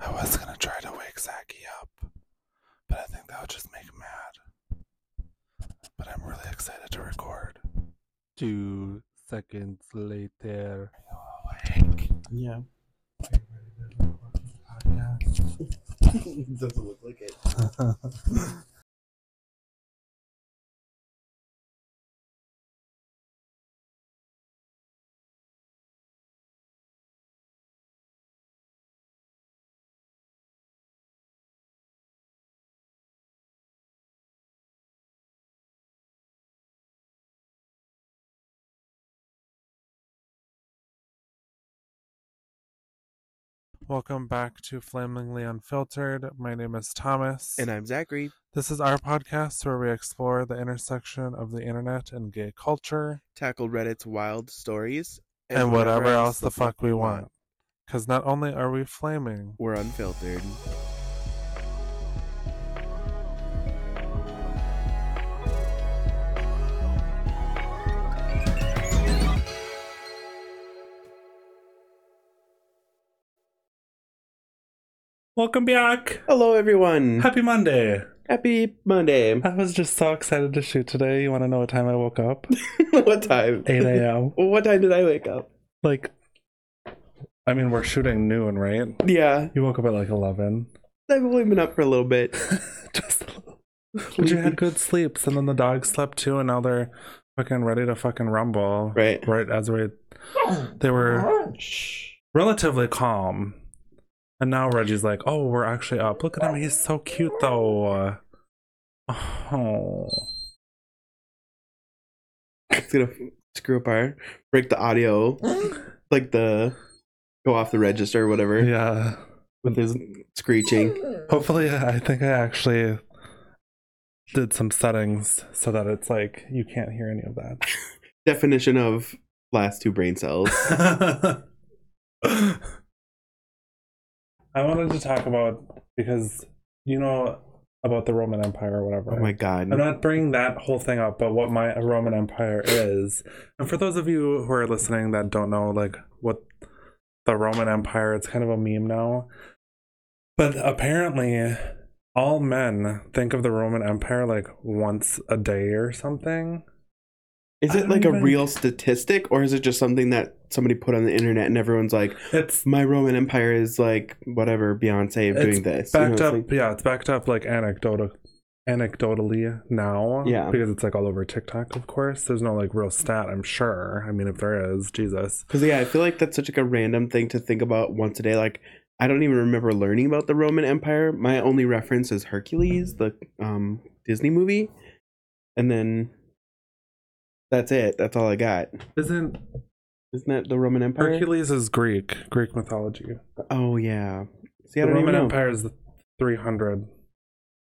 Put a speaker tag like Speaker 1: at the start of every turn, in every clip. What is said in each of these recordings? Speaker 1: I was gonna try to wake Zaki up, but I think that would just make him mad. But I'm really excited to record.
Speaker 2: Two seconds later.
Speaker 1: Are you awake?
Speaker 3: Yeah.
Speaker 1: Are you ready to record this podcast?
Speaker 3: Doesn't look like it.
Speaker 1: Welcome back to Flamingly Unfiltered. My name is Thomas.
Speaker 3: And I'm Zachary.
Speaker 1: this is our podcast where we explore the intersection of the internet and gay culture
Speaker 3: Tackled Reddit's wild stories
Speaker 1: and, whatever, else the fuck we want. Because not only are we flaming,
Speaker 3: We're unfiltered.
Speaker 2: Welcome back.
Speaker 3: Hello,
Speaker 1: Mm.
Speaker 3: everyone.
Speaker 2: Happy Monday.
Speaker 3: Happy Monday.
Speaker 2: I was just so excited to shoot today. You want to know what time I woke up?
Speaker 3: what time?
Speaker 2: 8 a.m.
Speaker 3: What time did I wake up?
Speaker 2: like, I mean, we're shooting noon, right?
Speaker 3: Yeah,
Speaker 2: You woke up at like 11.
Speaker 3: I've only been up for a little bit.
Speaker 2: just a little. But you had good sleeps, and then the dogs slept too, and now they're fucking ready to fucking rumble.
Speaker 3: Right.
Speaker 2: Right as we. They were relatively calm. And now Reggie's like, oh, we're actually up. Look at him. He's so cute, though. Oh.
Speaker 3: It's gonna screw up our break the audio, like the go off the register or whatever
Speaker 2: Yeah.
Speaker 3: with his screeching.
Speaker 2: Hopefully, I think I actually did some settings so that it's like you can't hear any of
Speaker 3: Definition of last two brain cells.
Speaker 2: that. I wanted to talk about because you know about the Roman Empire or whatever.
Speaker 3: Oh my god.
Speaker 2: I'm not bringing that whole thing up, but what my Roman Empire is. And for those of you who are listening that don't know, like, what the Roman Empire, it's kind of a meme now. But apparently, all men think of the Roman Empire like once a day or something.
Speaker 3: Is
Speaker 2: I
Speaker 3: it
Speaker 2: don't
Speaker 3: like a
Speaker 2: even-
Speaker 3: real statistic or is it just something that somebody put on the internet and everyone's like,
Speaker 2: It's
Speaker 3: my Roman Empire is like whatever Beyonce of
Speaker 2: It's
Speaker 3: doing this? You know,
Speaker 2: backed
Speaker 3: it's
Speaker 2: up,
Speaker 3: like-
Speaker 2: yeah, it's backed up like anecdotal, anecdotally now.
Speaker 3: Yeah.
Speaker 2: Because it's like all over TikTok, of course. There's no like real stat, I'm sure. I mean, if there is, Jesus.
Speaker 3: Cause yeah, I feel like that's such like a random thing to think about once a day. Like I don't even remember learning about the Roman Empire. My only reference is Hercules, the um Disney movie. And then that's it. That's all I got.
Speaker 2: Isn't
Speaker 3: Isn't that the Roman Empire?
Speaker 2: Hercules is Greek, Greek mythology.
Speaker 3: Oh yeah. See, I
Speaker 2: the
Speaker 3: don't
Speaker 2: Roman
Speaker 3: even know.
Speaker 2: Empire is the 300,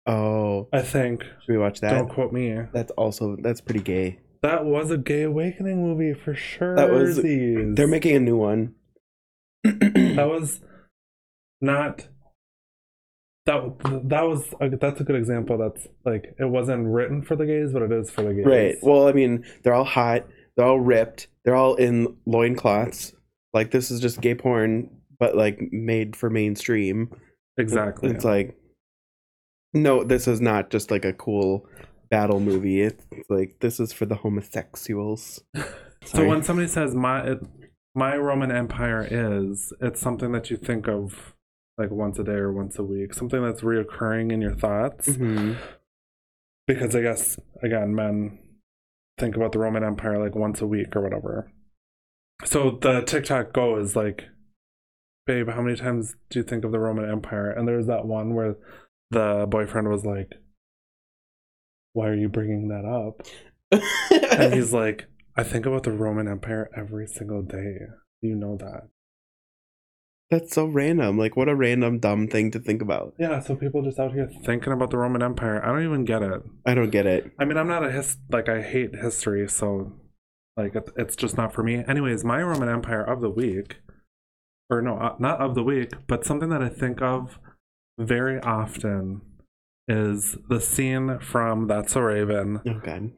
Speaker 3: Oh,
Speaker 2: I think.
Speaker 3: should we watch that?
Speaker 2: Don't quote me.
Speaker 3: That's also that's pretty gay.
Speaker 2: That was a gay awakening movie for sure.
Speaker 3: That was- They're making a new one.
Speaker 2: that was not that that was that's a good example. That's like it wasn't written for the gays, but it is for the gays.
Speaker 3: Right. Well, I mean, they're all hot. They're all ripped. They're all in loincloths. Like, this is just gay porn, but like made for mainstream.
Speaker 2: exactly.
Speaker 3: It's like, no, this is not just like a cool battle movie. It's like, this is for the homosexuals.
Speaker 2: So
Speaker 3: Sorry.
Speaker 2: when somebody says my it, my Roman Empire is, it's something that you think of like once a day or once a week, something that's reoccurring in your thoughts.
Speaker 3: Mhm.
Speaker 2: Because I guess again, men think about the Roman Empire like once a week or whatever. So the TikTok go is like, babe, how many times do you think of the Roman Empire? And there's that one where the boyfriend was like, why are you bringing that up? and he's like, I think about the Roman Empire every single day. You know that.
Speaker 3: That's so random. Like, what a random, dumb thing to think about.
Speaker 2: Yeah, so people just out here thinking about the Roman Empire. I don't even get it.
Speaker 3: I don't get it.
Speaker 2: I mean, I'm not a hist like I hate history, so like it- it's just not for me. Anyways, my Roman Empire of the week, or no, uh, not of the week, but something that I think of very often is the scene from That's a Raven,
Speaker 3: Oh, God.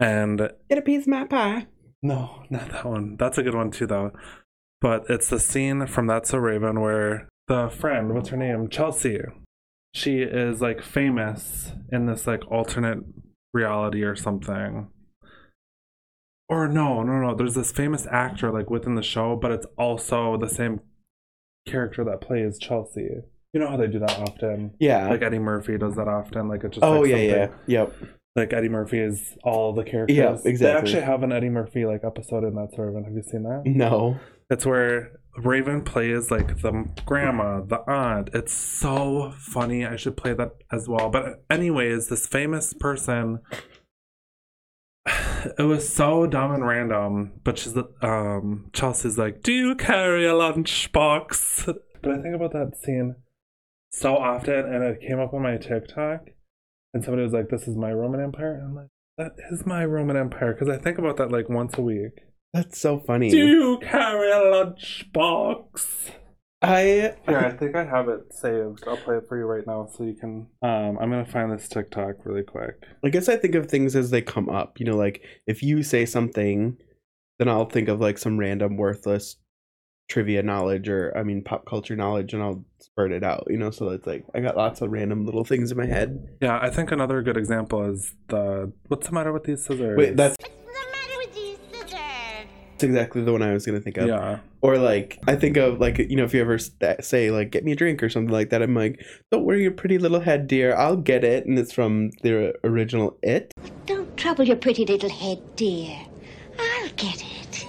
Speaker 2: and
Speaker 3: Get a piece of my pie.
Speaker 2: No, not that one. That's a good one too, though. But it's the scene from That's a Raven where the friend, what's her name? Chelsea. She is like famous in this like alternate reality or something. Or no, no, no. There's this famous actor like within the show, but it's also the same character that plays Chelsea. You know how they do that often.
Speaker 3: Yeah.
Speaker 2: Like Eddie Murphy does that often. Like it's just
Speaker 3: oh
Speaker 2: like,
Speaker 3: yeah,
Speaker 2: something-
Speaker 3: yeah, yep.
Speaker 2: like Eddie Murphy is all the characters.
Speaker 3: Yeah,
Speaker 2: They
Speaker 3: exactly.
Speaker 2: actually have an Eddie Murphy like episode in that sort of. Have you seen that?
Speaker 3: No,
Speaker 2: It's where Raven plays like the grandma, the aunt. It's so funny. I should play that as well. But anyways, this famous person. It was so dumb and random, but she's um Chelsea's like, "Do you carry a lunchbox?" But I think about that scene so often, and it came up on my TikTok, and somebody was like, "This is my Roman Empire," and I'm like, "That is my Roman Empire," because I think about that like once a week.
Speaker 3: that's so funny.
Speaker 2: Do you carry a lunchbox?
Speaker 3: I
Speaker 2: Yeah, I think I have it saved. I'll play it for you right now so you can. Um, I'm gonna find this TikTok really quick.
Speaker 3: I guess I think of things as they come up. You know, like if you say something, then I'll think of like some random worthless trivia knowledge or I mean pop culture knowledge and I'll spurt it out, you know, so it's like I got lots of random little things in my head.
Speaker 2: Yeah, I think another good example is the what's the matter with these scissors?
Speaker 3: Wait, that's
Speaker 4: What's the matter with these scissors?
Speaker 3: exactly the one I was going to think of.
Speaker 2: yeah.
Speaker 3: Or like I think of like you know if you ever st- say like get me a drink or something like that, I'm like don't worry your pretty little head, dear, I'll get it, and it's from the original It,
Speaker 4: Don't trouble your pretty little head, dear. I'll get it.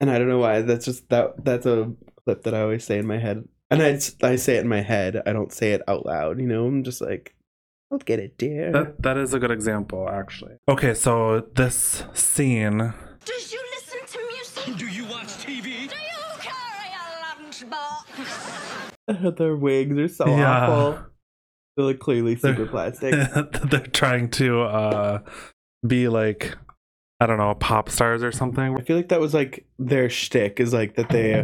Speaker 3: and I don't know why that's just that that's a clip that I always say in my head, and I s- I say it in my head, I don't say it out loud, you know, I'm just like I'll get it, dear.
Speaker 2: That that is a good example actually. Okay, so this scene.
Speaker 4: Does you listen to music?
Speaker 5: Do you watch TV?
Speaker 4: Do you carry a lunchbox?
Speaker 3: Their wigs are so
Speaker 2: Yeah.
Speaker 3: awful. They're like clearly super
Speaker 2: They're-
Speaker 3: plastic.
Speaker 2: they're trying to uh be like I don't know pop stars or something.
Speaker 3: I feel like that was like their shtick is like that they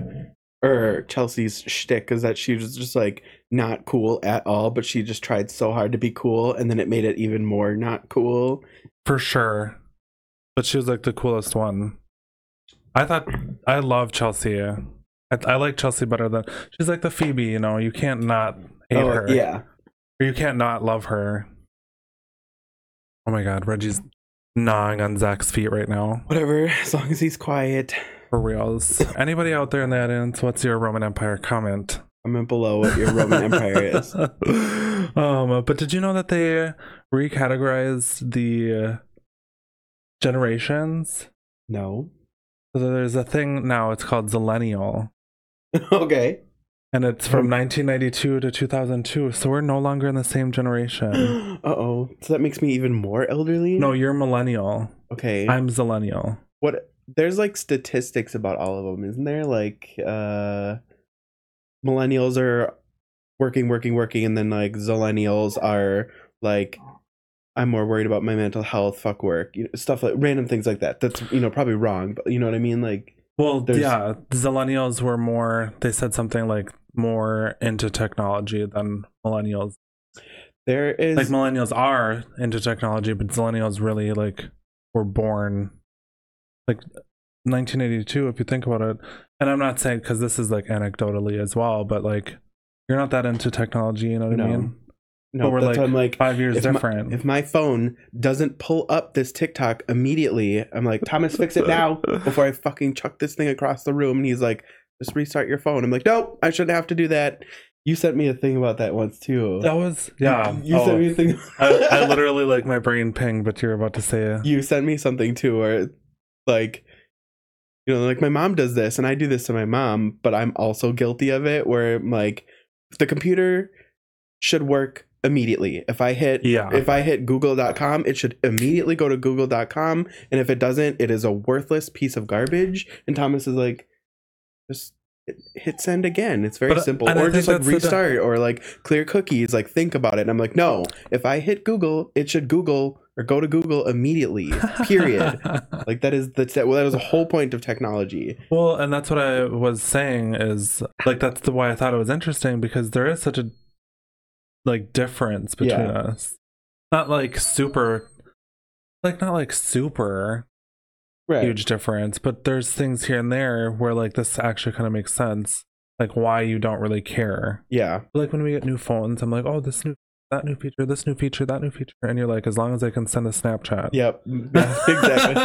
Speaker 3: or Chelsea's shtick is that she was just like not cool at all, but she just tried so hard to be cool and then it made it even more not cool.
Speaker 2: for sure. But she was like the coolest one. I thought I love Chelsea. I, I like Chelsea better than she's like the Phoebe. You know, you can't not hate
Speaker 3: Oh,
Speaker 2: her.
Speaker 3: Yeah.
Speaker 2: or you can't not love her. Oh my God, Reggie's gnawing on Zach's feet right now
Speaker 3: Whatever, as long as he's quiet.
Speaker 2: for reals. Anybody out there in the audience, what's your Roman Empire comment?
Speaker 3: Comment below what your Roman Empire is.
Speaker 2: um, but did you know that they recategorized the uh, generations?
Speaker 3: No.
Speaker 2: So there's a thing now. It's called Zillennial,
Speaker 3: okay.
Speaker 2: and it's from 1992 to 2002. So we're no longer in the same generation.
Speaker 3: Uh oh. So that makes me even more elderly?
Speaker 2: Um, no, you're millennial.
Speaker 3: Okay.
Speaker 2: I'm Zillennial.
Speaker 3: what there's like statistics about all of them isn't there like uh millennials are working working working and then like zillennials are like i'm more worried about my mental health fuck work you know, stuff like random things like that that's you know probably wrong but you know what i mean like
Speaker 2: Well,
Speaker 3: There's-
Speaker 2: yeah, Zillennials were more. They said something like more into technology than millennials.
Speaker 3: there is
Speaker 2: Like millennials are into technology, but Zillennials really like were born like 1982 if you think about it. And I'm not saying because this is like anecdotally as well, but like you're not that into technology. You know what
Speaker 3: No.
Speaker 2: I mean?
Speaker 3: no
Speaker 2: but we're
Speaker 3: that's why i'm like
Speaker 2: Five years
Speaker 3: if my-
Speaker 2: different.
Speaker 3: if my phone doesn't pull up this TikTok immediately, I'm like, Thomas, fix it now before I fucking chuck this thing across the room. And he's like, just restart your phone. I'm like, nope, I shouldn't have to do that. You sent me a thing about that once too.
Speaker 2: that was Oh, yeah.
Speaker 3: You
Speaker 2: oh,
Speaker 3: sent me a thing.
Speaker 2: I, I literally like my brain pinged, but you're about to say it.
Speaker 3: you sent me something too, where like, you know, like my mom does this and I do this to my mom, but I'm also guilty of it. Where I'm like, the computer should work immediately. If I hit
Speaker 2: Yeah.
Speaker 3: if I hit google.com, it should immediately go to google.com. And if it doesn't, it is a worthless piece of garbage. And Thomas is like, just hit send again. It's very
Speaker 2: But, uh,
Speaker 3: simple.
Speaker 2: and I
Speaker 3: Or
Speaker 2: think
Speaker 3: just like
Speaker 2: that's the di-
Speaker 3: restart or like clear cookies. Like think about it. And I'm like, no, if I hit Google, it should Google or go to Google immediately, period. like that is the, te- well, that is the whole point of technology.
Speaker 2: Well, and that's what I was saying is like that's the why I thought it was interesting because there is such a like difference between
Speaker 3: Yeah.
Speaker 2: us. Not like super like not like super
Speaker 3: Right.
Speaker 2: huge difference, but there's things here and there where like this actually kind of makes sense. like why you don't really care.
Speaker 3: Yeah.
Speaker 2: Like when we get new phones, I'm like, oh, this new, that new feature, this new feature, that new feature, and you're like, as long as I can send a Snapchat.
Speaker 3: Yep. exactly.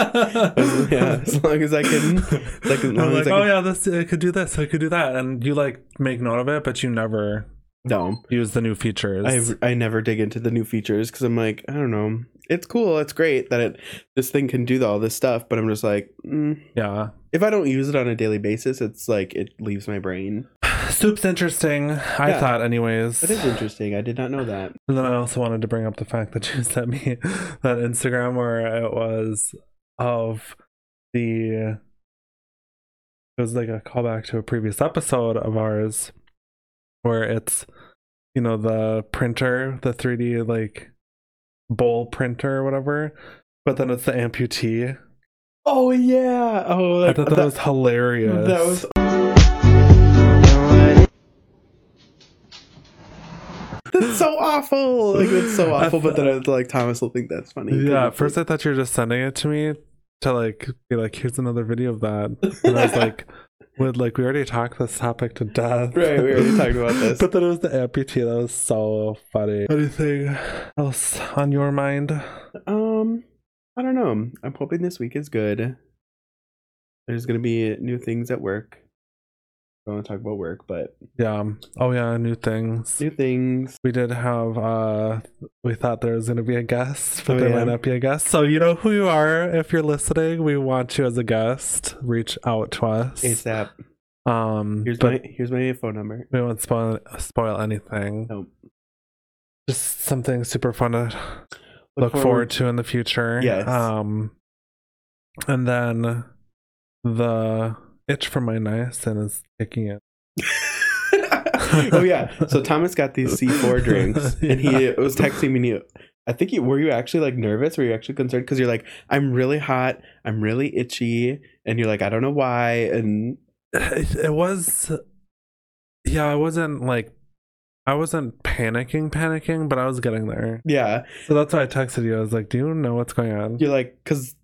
Speaker 3: yeah. As long as I can. Like, as
Speaker 2: I'm
Speaker 3: long
Speaker 2: like,
Speaker 3: as I
Speaker 2: oh
Speaker 3: can-
Speaker 2: yeah, this I could do this, I could do that, and you like make note of it, but you never
Speaker 3: No.
Speaker 2: use the new features.
Speaker 3: I I never dig into the new features because I'm like I don't know. It's cool. It's great that it this thing can do all this stuff, but I'm just like, mm.
Speaker 2: yeah,
Speaker 3: if I don't use it on a daily basis, it's like it leaves my brain.
Speaker 2: soup's interesting. I
Speaker 3: Yeah.
Speaker 2: thought, anyways.
Speaker 3: That is interesting. I did not know that.
Speaker 2: And then I also wanted to bring up the fact that you sent me that Instagram where it was of the. It was like a callback to a previous episode of ours where it's, you know, the printer, the 3D like bowl printer or whatever, but then it's the amputee.
Speaker 3: Oh yeah. Oh,
Speaker 2: I thought that, was hilarious.
Speaker 3: that was That's so awful. Like that's so
Speaker 2: I
Speaker 3: awful. But then
Speaker 2: thought-
Speaker 3: I was like, Thomas will think that's funny. 'cause
Speaker 2: Yeah, at
Speaker 3: it's
Speaker 2: first I thought you were just sending it to me to like be like, here's another video of that. And I was like, would like we already talked this topic to death.
Speaker 3: Right, we already talked about this.
Speaker 2: But then it was the amputee that was so funny. Anything else on your mind?
Speaker 3: Um, I don't know. I'm hoping this week is good. There's gonna be new things at work. I don't want to talk about work, but
Speaker 2: Yeah. Oh yeah, new things.
Speaker 3: new things.
Speaker 2: We did have uh we thought there was gonna be a guest, but
Speaker 3: Oh,
Speaker 2: there
Speaker 3: yeah.
Speaker 2: might not be a guest. So you know who you are if you're listening. We want you as a guest. Reach out to us.
Speaker 3: ASAP.
Speaker 2: Um
Speaker 3: Here's
Speaker 2: but
Speaker 3: my here's my phone number.
Speaker 2: we won't spoil spoil anything.
Speaker 3: Nope.
Speaker 2: Just something super fun to look, forward, to in the future.
Speaker 3: Yes.
Speaker 2: Um and then the itch for my niacin is kicking in.
Speaker 3: oh yeah. So Thomas got these C4 drinks, and he was texting me. And he, I think you were you actually like nervous? Were you actually concerned? Because you're like, I'm really hot. I'm really itchy, and you're like, I don't know why. And
Speaker 2: It, it was yeah, I wasn't like I wasn't panicking, panicking, but I was getting there.
Speaker 3: yeah,
Speaker 2: So that's why I texted you. I was like, "Do you know what's going on?"
Speaker 3: you're like, because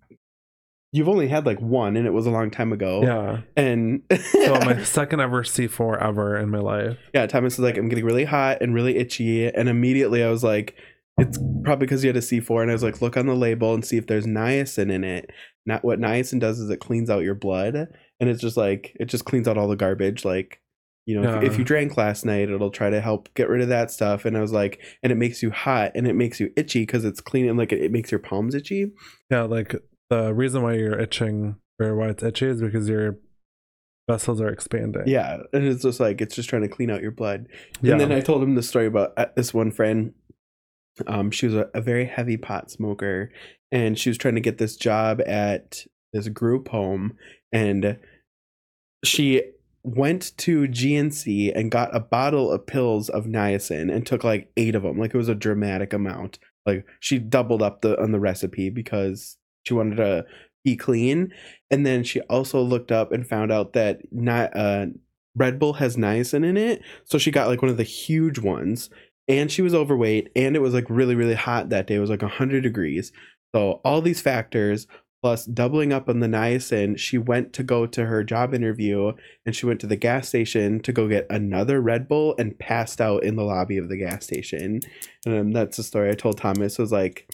Speaker 3: you've only had like one, and it was a long time ago.
Speaker 2: Yeah.
Speaker 3: And
Speaker 2: So my second ever C4 ever in my life.
Speaker 3: yeah, Thomas was like, I'm getting really hot and really itchy, and immediately I was like, it's probably because you had a C4, and I was like, look on the label and see if there's niacin in it. Not what niacin does is it cleans out your blood, and it's just like it just cleans out all the garbage, like. You know, if,
Speaker 2: Yeah.
Speaker 3: if you drank last night, it'll try to help get rid of that stuff. And I was like, and it makes you hot and it makes you itchy because it's clean and like it, it makes your palms itchy.
Speaker 2: Yeah, like the reason why you're itching or why it's itchy is because your vessels are expanding.
Speaker 3: Yeah, and it's just like it's just trying to clean out your blood.
Speaker 2: Yeah.
Speaker 3: And then I told him the story about uh, this one friend. Um, she was a, a very heavy pot smoker, and she was trying to get this job at this group home, and she went to GNC and got a bottle of pills of niacin and took like eight of them. Like it was a dramatic amount. Like she doubled up the on the recipe because she wanted to be clean. And then she also looked up and found out that not uh Red Bull has niacin in it. So she got like one of the huge ones. And she was overweight and it was like really, really hot that day. It was like 100 degrees. So all these factors plus doubling up on the niacin, she went to go to her job interview and she went to the gas station to go get another Red Bull and passed out in the lobby of the gas station. And um, that's the story I told Thomas. was like,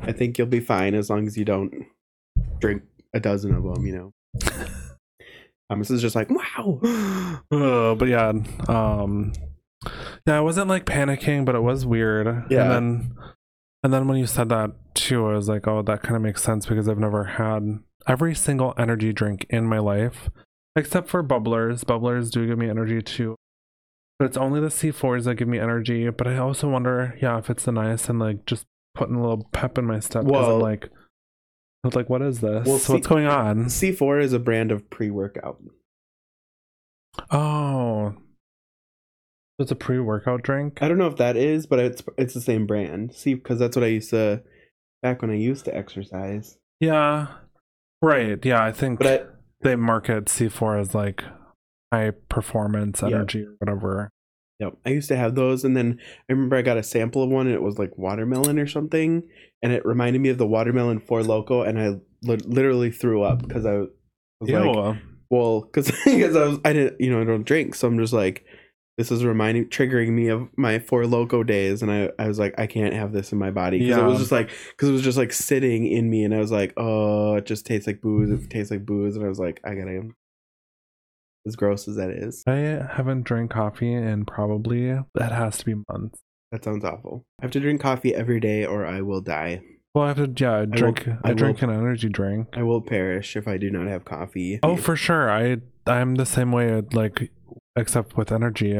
Speaker 3: I think you'll be fine as long as you don't drink a dozen of them, you know. Thomas is just like, wow.
Speaker 2: Oh, but yeah. Um Yeah, I wasn't like panicking, but it was weird.
Speaker 3: Yeah.
Speaker 2: And then and then when you said that too, I was like, oh, that kind of makes sense because I've never had every single energy drink in my life. Except for bubblers. Bubblers do give me energy too. But it's only the C4s that give me energy. But I also wonder, yeah, if it's the niacin, like just putting a little pep in my step. 'cause
Speaker 3: Well-
Speaker 2: I'm like, I was like, what is this?
Speaker 3: Well,
Speaker 2: What's
Speaker 3: see-
Speaker 2: going on?
Speaker 3: C4 is a brand of pre workout.
Speaker 2: Oh. Uh, It's a pre workout drink?
Speaker 3: I don't know if that is, but it's it's the same brand. See, because that's what I used to back when I used to exercise.
Speaker 2: Yeah. Right. Yeah. I think
Speaker 3: But I,
Speaker 2: they market C4 as like high performance
Speaker 3: Yeah.
Speaker 2: energy or whatever.
Speaker 3: Yep. I used to have those and then I remember I got a sample of one and it was like watermelon or something and it reminded me of the watermelon four loco and I li- literally threw up cuz I was like
Speaker 2: Ew.
Speaker 3: well, because I was I didn't you know I don't drink, so I'm just like this is reminding triggering me of my four loco days, and I, I was like I can't have this in my body because it
Speaker 2: Yeah.
Speaker 3: was just like because it was just like sitting in me, and I was like oh it just tastes like booze,
Speaker 2: Mm.
Speaker 3: it tastes like booze, and I was like I gotta as gross as that is,
Speaker 2: I haven't drank coffee in probably that has to be months.
Speaker 3: that sounds awful. I have to drink coffee every day or I will die.
Speaker 2: Well, I have to yeah, I drink I,
Speaker 3: I will-
Speaker 2: drink an energy drink.
Speaker 3: I will perish if I do not have coffee.
Speaker 2: Oh, for sure. I I'm the same way. Like, except with energy.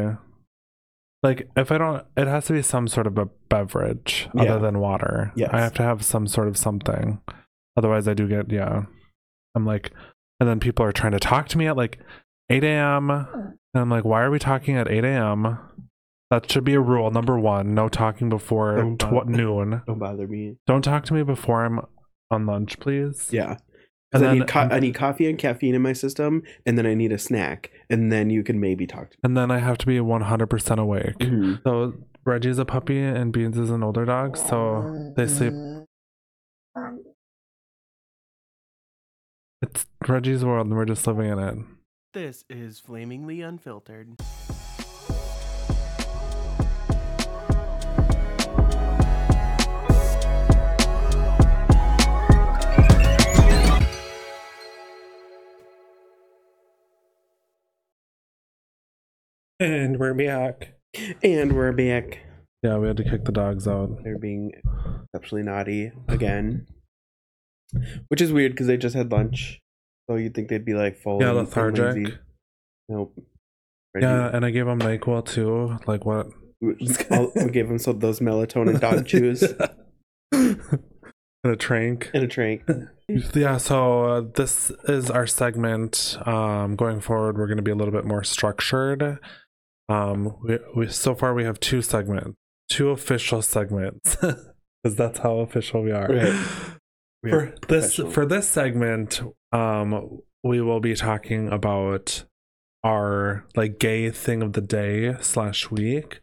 Speaker 2: Like, if I don't, it has to be some sort of a beverage
Speaker 3: Yeah.
Speaker 2: other than water.
Speaker 3: Yes.
Speaker 2: I have to have some sort of something. Otherwise, I do get yeah. I'm like, and then people are trying to talk to me at like 8 a.m. And I'm like, why are we talking at 8 a.m.? That should be a rule. Number one, no talking before
Speaker 3: Don't
Speaker 2: tw-
Speaker 3: bother.
Speaker 2: noon.
Speaker 3: don't bother me.
Speaker 2: Don't talk to me before I'm on lunch, please.
Speaker 3: Yeah.
Speaker 2: And
Speaker 3: Because I
Speaker 2: then-
Speaker 3: need co- I need coffee and caffeine in my system, and then I need a snack, and then you can maybe talk to
Speaker 2: And then I have to be 100% awake.
Speaker 3: me.
Speaker 2: So Reggie's a puppy and Beans is an older dog, so
Speaker 4: Mm-hmm.
Speaker 2: they sleep. It's Reggie's world, and we're just living in it.
Speaker 5: This is Flamingly Unfiltered.
Speaker 2: And we're back.
Speaker 3: And we're back.
Speaker 2: Yeah, we had to kick the dogs out.
Speaker 3: They're being exceptionally naughty again, which is weird because they just had lunch, so you'd think they'd be like full.
Speaker 2: Yeah,
Speaker 3: and- and lazy.
Speaker 2: lethargic.
Speaker 3: Nope.
Speaker 2: Yeah, and I gave him Nyquil too. Like what?
Speaker 3: We, all, we gave them so those melatonin dog chews
Speaker 2: and a trank.
Speaker 3: and a drink.
Speaker 2: Yeah, so uh, this is our segment. Um, going forward, we're going to be a little bit more structured. Um, we, we so far we have two segments, two official segments, because that's how official we are.
Speaker 3: Right. We
Speaker 2: For
Speaker 3: are
Speaker 2: this
Speaker 3: professional.
Speaker 2: for this segment, um, we will be talking about our like gay thing of the day slash week.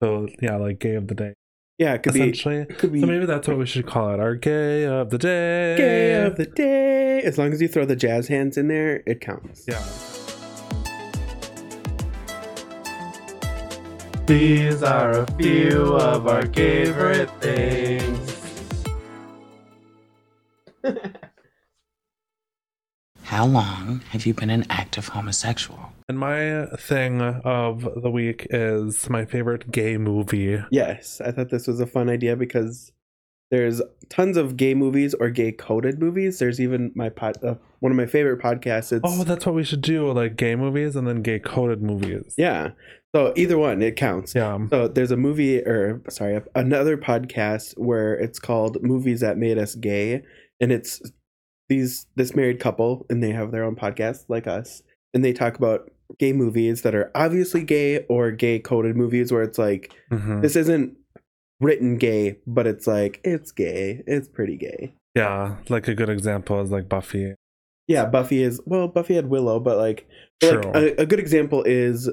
Speaker 2: So yeah, like gay of the day,
Speaker 3: yeah, it could be
Speaker 2: essentially.
Speaker 3: it could be
Speaker 2: So maybe that's what we should call it, our gay of the day.
Speaker 3: Gay of the day. As long as you throw the jazz hands in there, it counts.
Speaker 2: Yeah.
Speaker 5: These are a few of our favorite things.
Speaker 6: How long have you been an active homosexual?
Speaker 2: And my thing of the week is my favorite gay movie.
Speaker 3: Yes, I thought this was a fun idea because there's tons of gay movies or gay coded movies. There's even my pod, uh, one of my favorite podcasts. It's,
Speaker 2: Oh, that's what we should do, like gay movies and then gay coded movies.
Speaker 3: yeah. So either one, it counts.
Speaker 2: Yeah.
Speaker 3: So there's a movie, or sorry, another podcast where it's called "Movies That Made Us Gay," and it's these this married couple, and they have their own podcast like us, and they talk about gay movies that are obviously gay or gay coded movies where it's like
Speaker 2: Mhm.
Speaker 3: this isn't written gay, but it's like it's gay, it's pretty gay.
Speaker 2: Yeah. Like a good example is like Buffy.
Speaker 3: Yeah, Buffy is well, Buffy had Willow, but like,
Speaker 2: True.
Speaker 3: like a, a good example is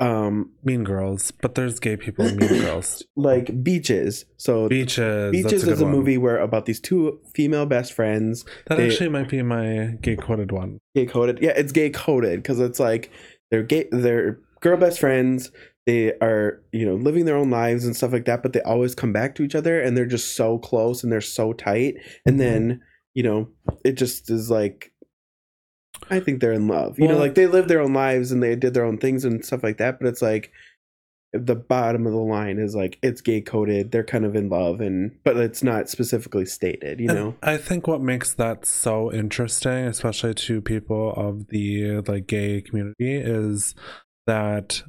Speaker 3: um
Speaker 2: mean Girls, but there's gay people in Mean Girls.
Speaker 3: like Beaches. So
Speaker 2: Beaches.
Speaker 3: Beaches
Speaker 2: that's good
Speaker 3: is a
Speaker 2: one.
Speaker 3: movie where about these two female best friends
Speaker 2: That
Speaker 3: they-
Speaker 2: actually might be my gay coded one.
Speaker 3: gay coded. Yeah, it's gay coded because it's like they're gay, they're girl best friends. They are, you know, living their own lives and stuff like that, but they always come back to each other and they're just so close and they're so tight. And then, you know, it just is like, I think they're in love. You know,
Speaker 2: Well-
Speaker 3: like they lived their own lives and they did their own things and stuff like that, but it's like the bottom of the line is like it's gay coded. They're kind of in love and but it's not specifically stated, you
Speaker 2: And
Speaker 3: know.
Speaker 2: I think what makes that so interesting, especially to people of the like gay community, is that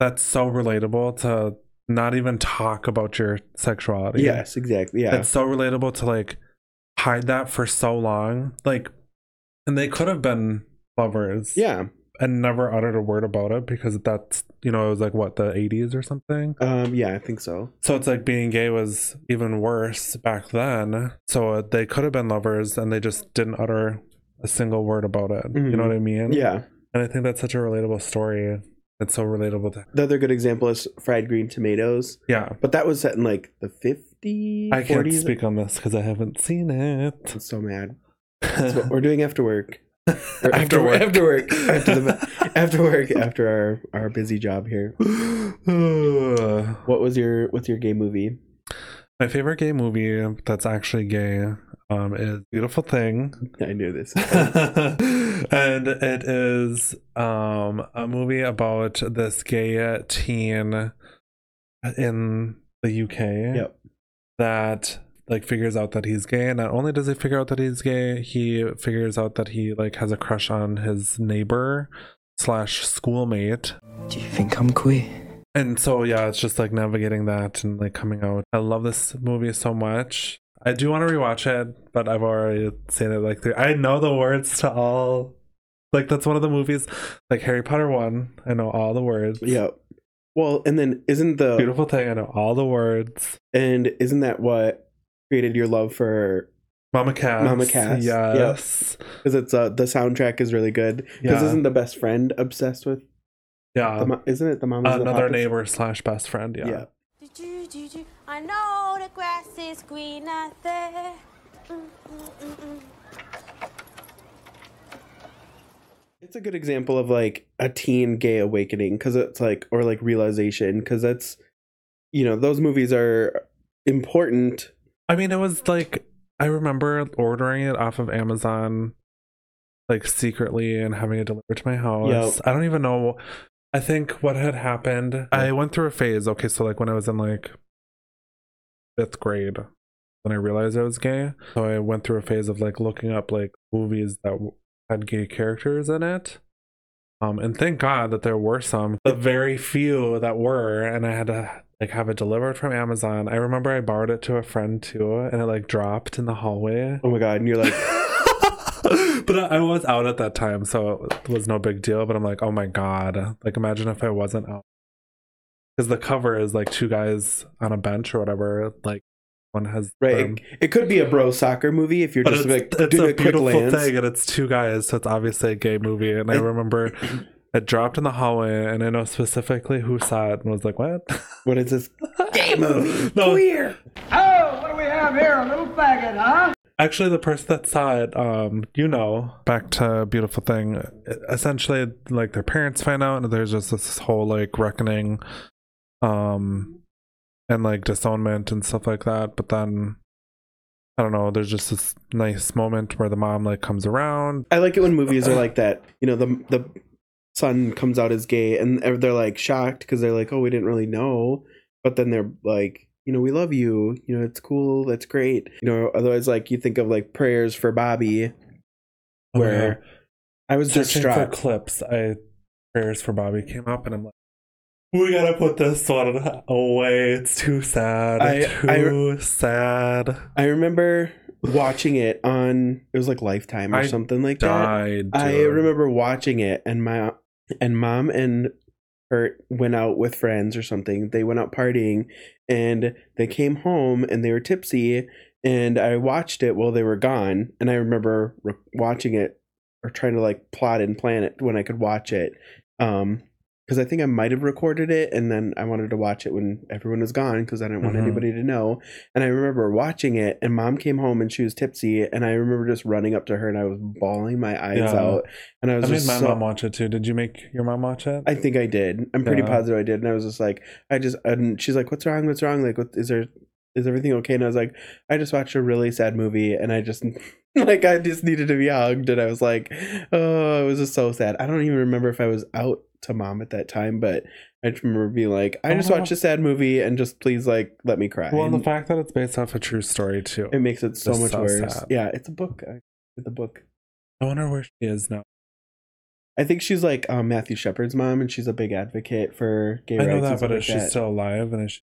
Speaker 2: that's so relatable to not even talk about your sexuality.
Speaker 3: Yes, exactly. Yeah.
Speaker 2: It's so relatable to like hide that for so long. Like and they could have been lovers.
Speaker 3: yeah.
Speaker 2: And never uttered a word about it because that's you know, it was like what, the eighties or something?
Speaker 3: Um yeah, I think so.
Speaker 2: So it's like being gay was even worse back then. So they could have been lovers and they just didn't utter a single word about it. You know what I mean?
Speaker 3: Mm-hmm. Yeah.
Speaker 2: And I think that's such a relatable story. It's so relatable. To-
Speaker 3: The other good example is fried green tomatoes,
Speaker 2: yeah.
Speaker 3: but that was set in like the 50s,
Speaker 2: I can't
Speaker 3: 40s.
Speaker 2: speak on this because I haven't seen it.
Speaker 3: I'm so mad. That's what we're doing after work. Or
Speaker 2: After work.
Speaker 3: After work. After, the, after work. After our our busy job here.
Speaker 2: Ugh.
Speaker 3: What was your what's your gay movie?
Speaker 2: My favorite gay movie that's actually gay um, is Beautiful Thing.
Speaker 3: I knew this.
Speaker 2: and it is um, a movie about this gay teen in the UK
Speaker 3: yep.
Speaker 2: that like figures out that he's gay and not only does he figure out that he's gay he figures out that he like has a crush on his neighbor slash schoolmate
Speaker 6: Do you think I'm queer?
Speaker 2: and so yeah it's just like navigating that and like coming out i love this movie so much i do want to rewatch it but i've already seen it like three i know the words to all like that's one of the movies like harry potter one i know all the words
Speaker 3: Yep. Well, and then isn't the
Speaker 2: beautiful thing i know all the words
Speaker 3: and isn't that what created your love for?
Speaker 2: mama cass
Speaker 3: Mama Cass, yep.
Speaker 2: yes
Speaker 3: Because it's uh, the soundtrack is really good. Because
Speaker 2: Yeah.
Speaker 3: isn't the best friend obsessed with?
Speaker 2: yeah
Speaker 3: the, mo- isn't it the mom?
Speaker 2: another neighbor slash best friend yeah,
Speaker 3: Yeah.
Speaker 7: Do-do-do-do. I know the grass is greener there. Mm, mm, mm, mm.
Speaker 3: It's a good example of like a teen gay awakening because it's like, or like realization because that's, you know, those movies are important.
Speaker 2: I mean, it was like I remember ordering it off of Amazon, like secretly, and having it delivered to my house. I don't even know. I think what had happened. I went through a phase. Okay, so like when I was in like fifth grade, when I realized I was gay, so I went through a phase of like looking up like movies that w- had gay characters in it. Um, and thank God that there were some, the very few that were, and I had to like have it delivered from Amazon. I remember I borrowed it to a friend too, and it like dropped in the hallway.
Speaker 3: Oh my God. And you're like,
Speaker 2: but I I was out at that time, so it was no big deal. But I'm like, oh my god! Like, imagine if I wasn't out, because the cover is like two guys on a bench or whatever. Like, one has
Speaker 3: right.
Speaker 2: them-
Speaker 3: It, it could be a bro soccer movie if you're
Speaker 2: but
Speaker 3: just
Speaker 2: it's,
Speaker 3: like
Speaker 2: it's
Speaker 3: doing
Speaker 2: a
Speaker 3: a quick
Speaker 2: beautiful
Speaker 3: glance.
Speaker 2: thing, and it's two guys, so it's obviously a gay movie. And I
Speaker 3: It-
Speaker 2: remember it dropped in the hallway, and I know specifically who saw it and was like, "What?"
Speaker 3: What is this?
Speaker 2: Gay movie, queer.
Speaker 8: Oh, what do we have here? A little faggot, huh?
Speaker 2: Actually, the person that saw it, um, you know, back to beautiful thing. Essentially, like their parents find out, and there's just this whole like reckoning, um, and like disownment and stuff like that. But then. I don't know. There's just this nice moment where the mom like comes around.
Speaker 3: I like it when movies are like that. You know, the the son comes out as gay, and they're like shocked because they're like, "Oh, we didn't really know," but then they're like, "You know, we love you. You know, it's cool. That's great." You know, otherwise, like you think of like prayers for Bobby, where I was
Speaker 2: Oh, searching for
Speaker 3: distraught.
Speaker 2: clips, I prayers for Bobby came up, and I'm like, we gotta put this one away. It's too sad.
Speaker 3: I- I-
Speaker 2: too sad.
Speaker 3: I remember watching it on it was like Lifetime or
Speaker 2: I
Speaker 3: something like that.
Speaker 2: Died.
Speaker 3: I
Speaker 2: dude.
Speaker 3: remember watching it, and my and mom and her went out with friends or something. They went out partying, and they came home and they were tipsy. And I watched it while they were gone, and I remember re- watching it or trying to like plot and plan it when I could watch it, um, because I think I might have recorded it, and then I wanted to watch it when everyone was gone because I didn't want
Speaker 2: Mhm.
Speaker 3: anybody to know. And I remember watching it, and mom came home and she was tipsy, and I remember just running up to her and I was bawling my eyes
Speaker 2: Yeah.
Speaker 3: out, and I
Speaker 2: I
Speaker 3: was
Speaker 2: made
Speaker 3: just
Speaker 2: my
Speaker 3: so-
Speaker 2: mom watch it too. Did you make your mom watch it?
Speaker 3: I think I did. I'm pretty
Speaker 2: Yeah.
Speaker 3: positive I did, and I was just like, I just, and she's like, "What's wrong? What's wrong? Like, what is there? Is everything okay?" And I was like, I just watched a really sad movie, and I just, like, I just needed to be hugged, and I was like, oh, it was just so sad. I don't even remember if I was out to mom at that time, but I just remember being like, I just
Speaker 2: Oh.
Speaker 3: watched a sad movie, and just please, like, let me cry.
Speaker 2: well, and the
Speaker 3: And
Speaker 2: fact that it's based off a true story too.
Speaker 3: it makes it so
Speaker 2: That's
Speaker 3: much
Speaker 2: so
Speaker 3: worse.
Speaker 2: sad.
Speaker 3: Yeah, it's a book. I- It's a book.
Speaker 2: I wonder where she is now.
Speaker 3: I think she's like um, Matthew Shepard's mom, and she's a big advocate for gay
Speaker 2: I
Speaker 3: rights.
Speaker 2: know
Speaker 3: and
Speaker 2: that,
Speaker 3: stuff
Speaker 2: but
Speaker 3: like
Speaker 2: is she
Speaker 3: that.
Speaker 2: still alive? And is she?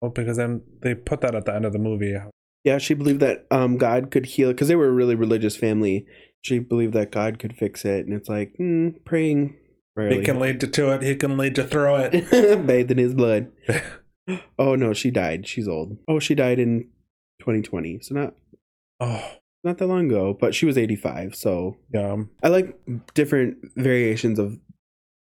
Speaker 2: Oh, because then they put that at the end of the movie.
Speaker 3: Yeah, she believed that um, God could heal because they were a really religious family. She believed that God could fix it, and it's like hmm, praying. Rarely.
Speaker 2: lead you to it. He can lead you through it.
Speaker 3: bathed in His blood. oh no, she died. She's old. Oh, she died in 2020, so not
Speaker 2: Oh,
Speaker 3: not that long ago. But she was 85, so
Speaker 2: yeah.
Speaker 3: I like different variations of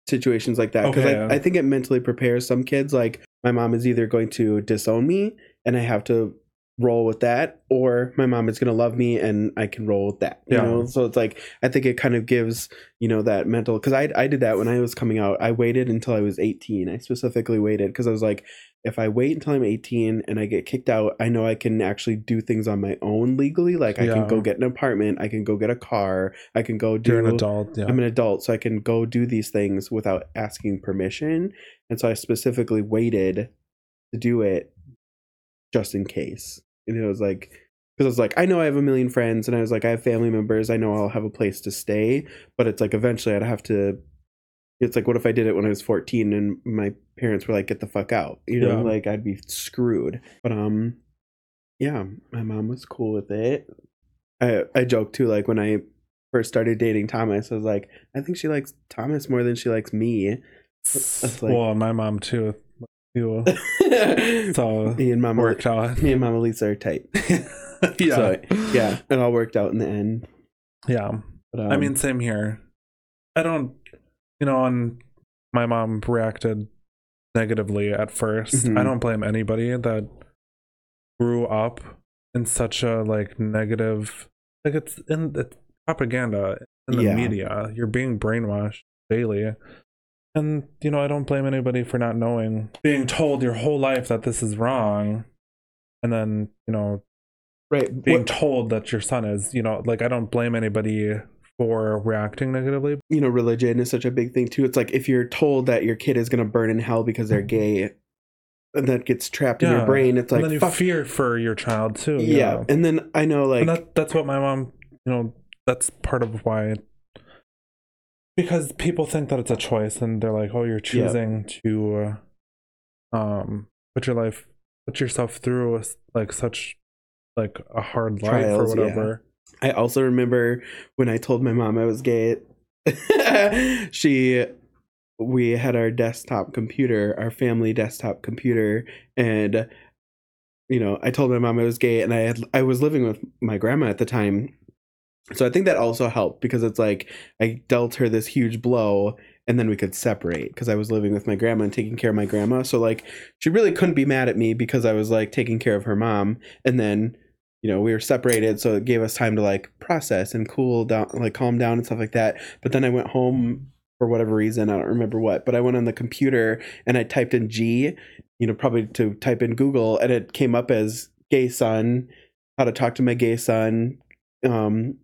Speaker 3: situations like that because
Speaker 2: Okay.
Speaker 3: I, I think it mentally prepares some kids. Like my mom is either going to disown me and I have to roll with that or my mom is going to love me and I can roll with that. You
Speaker 2: Yeah.
Speaker 3: know, so it's like I think it kind of gives, you know, that mental cuz I I did that when I was coming out. I waited until I was 18. I specifically waited cuz I was like if I wait until I'm 18 and I get kicked out, I know I can actually do things on my own legally. Like I
Speaker 2: Yeah.
Speaker 3: can go get an apartment, I can go get a car, I can go do
Speaker 2: You're an adult. Yeah.
Speaker 3: I'm an adult, so I can go do these things without asking permission. And so I specifically waited to do it just in case. And it was like, because I was like, I know I have a million friends, and I was like, I have family members. I know I'll have a place to stay, but it's like eventually I'd have to. It's like, what if I did it when I was 14 and my parents were like, get the fuck out? You know,
Speaker 2: Yeah.
Speaker 3: like I'd be screwed. But, um, yeah, my mom was cool with it. I I joke too, like when I first started dating Thomas, I was like, I think she likes Thomas more than she likes me. That's like-
Speaker 2: well, my mom too. You
Speaker 3: me
Speaker 2: so
Speaker 3: and Mama
Speaker 2: worked out.
Speaker 3: me and Mama Lisa are tight.
Speaker 2: Yeah.
Speaker 3: So, yeah, it all worked out in the end.
Speaker 2: Yeah.
Speaker 3: But,
Speaker 2: I
Speaker 3: um,
Speaker 2: mean, same here. I don't, you know, and my mom reacted negatively at 1st
Speaker 3: Mhm.
Speaker 2: I don't blame anybody that grew up in such a like negative, like it's in the propaganda in the
Speaker 3: Yeah.
Speaker 2: media. You're being brainwashed daily. And, you know, I don't blame anybody for not knowing, being told your whole life that this is wrong. And then, you know,
Speaker 3: right?
Speaker 2: being
Speaker 3: what-
Speaker 2: told that your son is, you know, like I don't blame anybody for reacting negatively.
Speaker 3: you know, religion is such a big thing too. It's like if you're told that your kid is gonna burn in hell because they're gay, and that gets trapped in
Speaker 2: Yeah.
Speaker 3: your brain. It's
Speaker 2: and then
Speaker 3: like
Speaker 2: you
Speaker 3: fuck.
Speaker 2: fear for your child too.
Speaker 3: yeah. and then I know like
Speaker 2: and that, that's what my mom, you know, that's part of why. Because people think that it's a choice, and they're like, "Oh, you're choosing to, uh, um, put your life, put yourself through s- like such, like a hard life or
Speaker 3: Trials, yeah.
Speaker 2: whatever."
Speaker 3: I also remember when I told my mom I was gay. she, we had our desktop computer, our family desktop computer, and you know, I told my mom I was gay, and I had I was living with my grandma at the time, so I think that also helped because it's like I dealt her this huge blow, and then we could separate because I was living with my grandma and taking care of my grandma. So like, she really couldn't be mad at me because I was like taking care of her mom, and then you know, we were separated, so it gave us time to like process and cool down, like calm down and stuff like that. But then I went home for whatever reason, I don't remember what, but I went on the computer and I typed in G, you know, probably to type in Google, and it came up as gay son, how to talk to my gay son, um,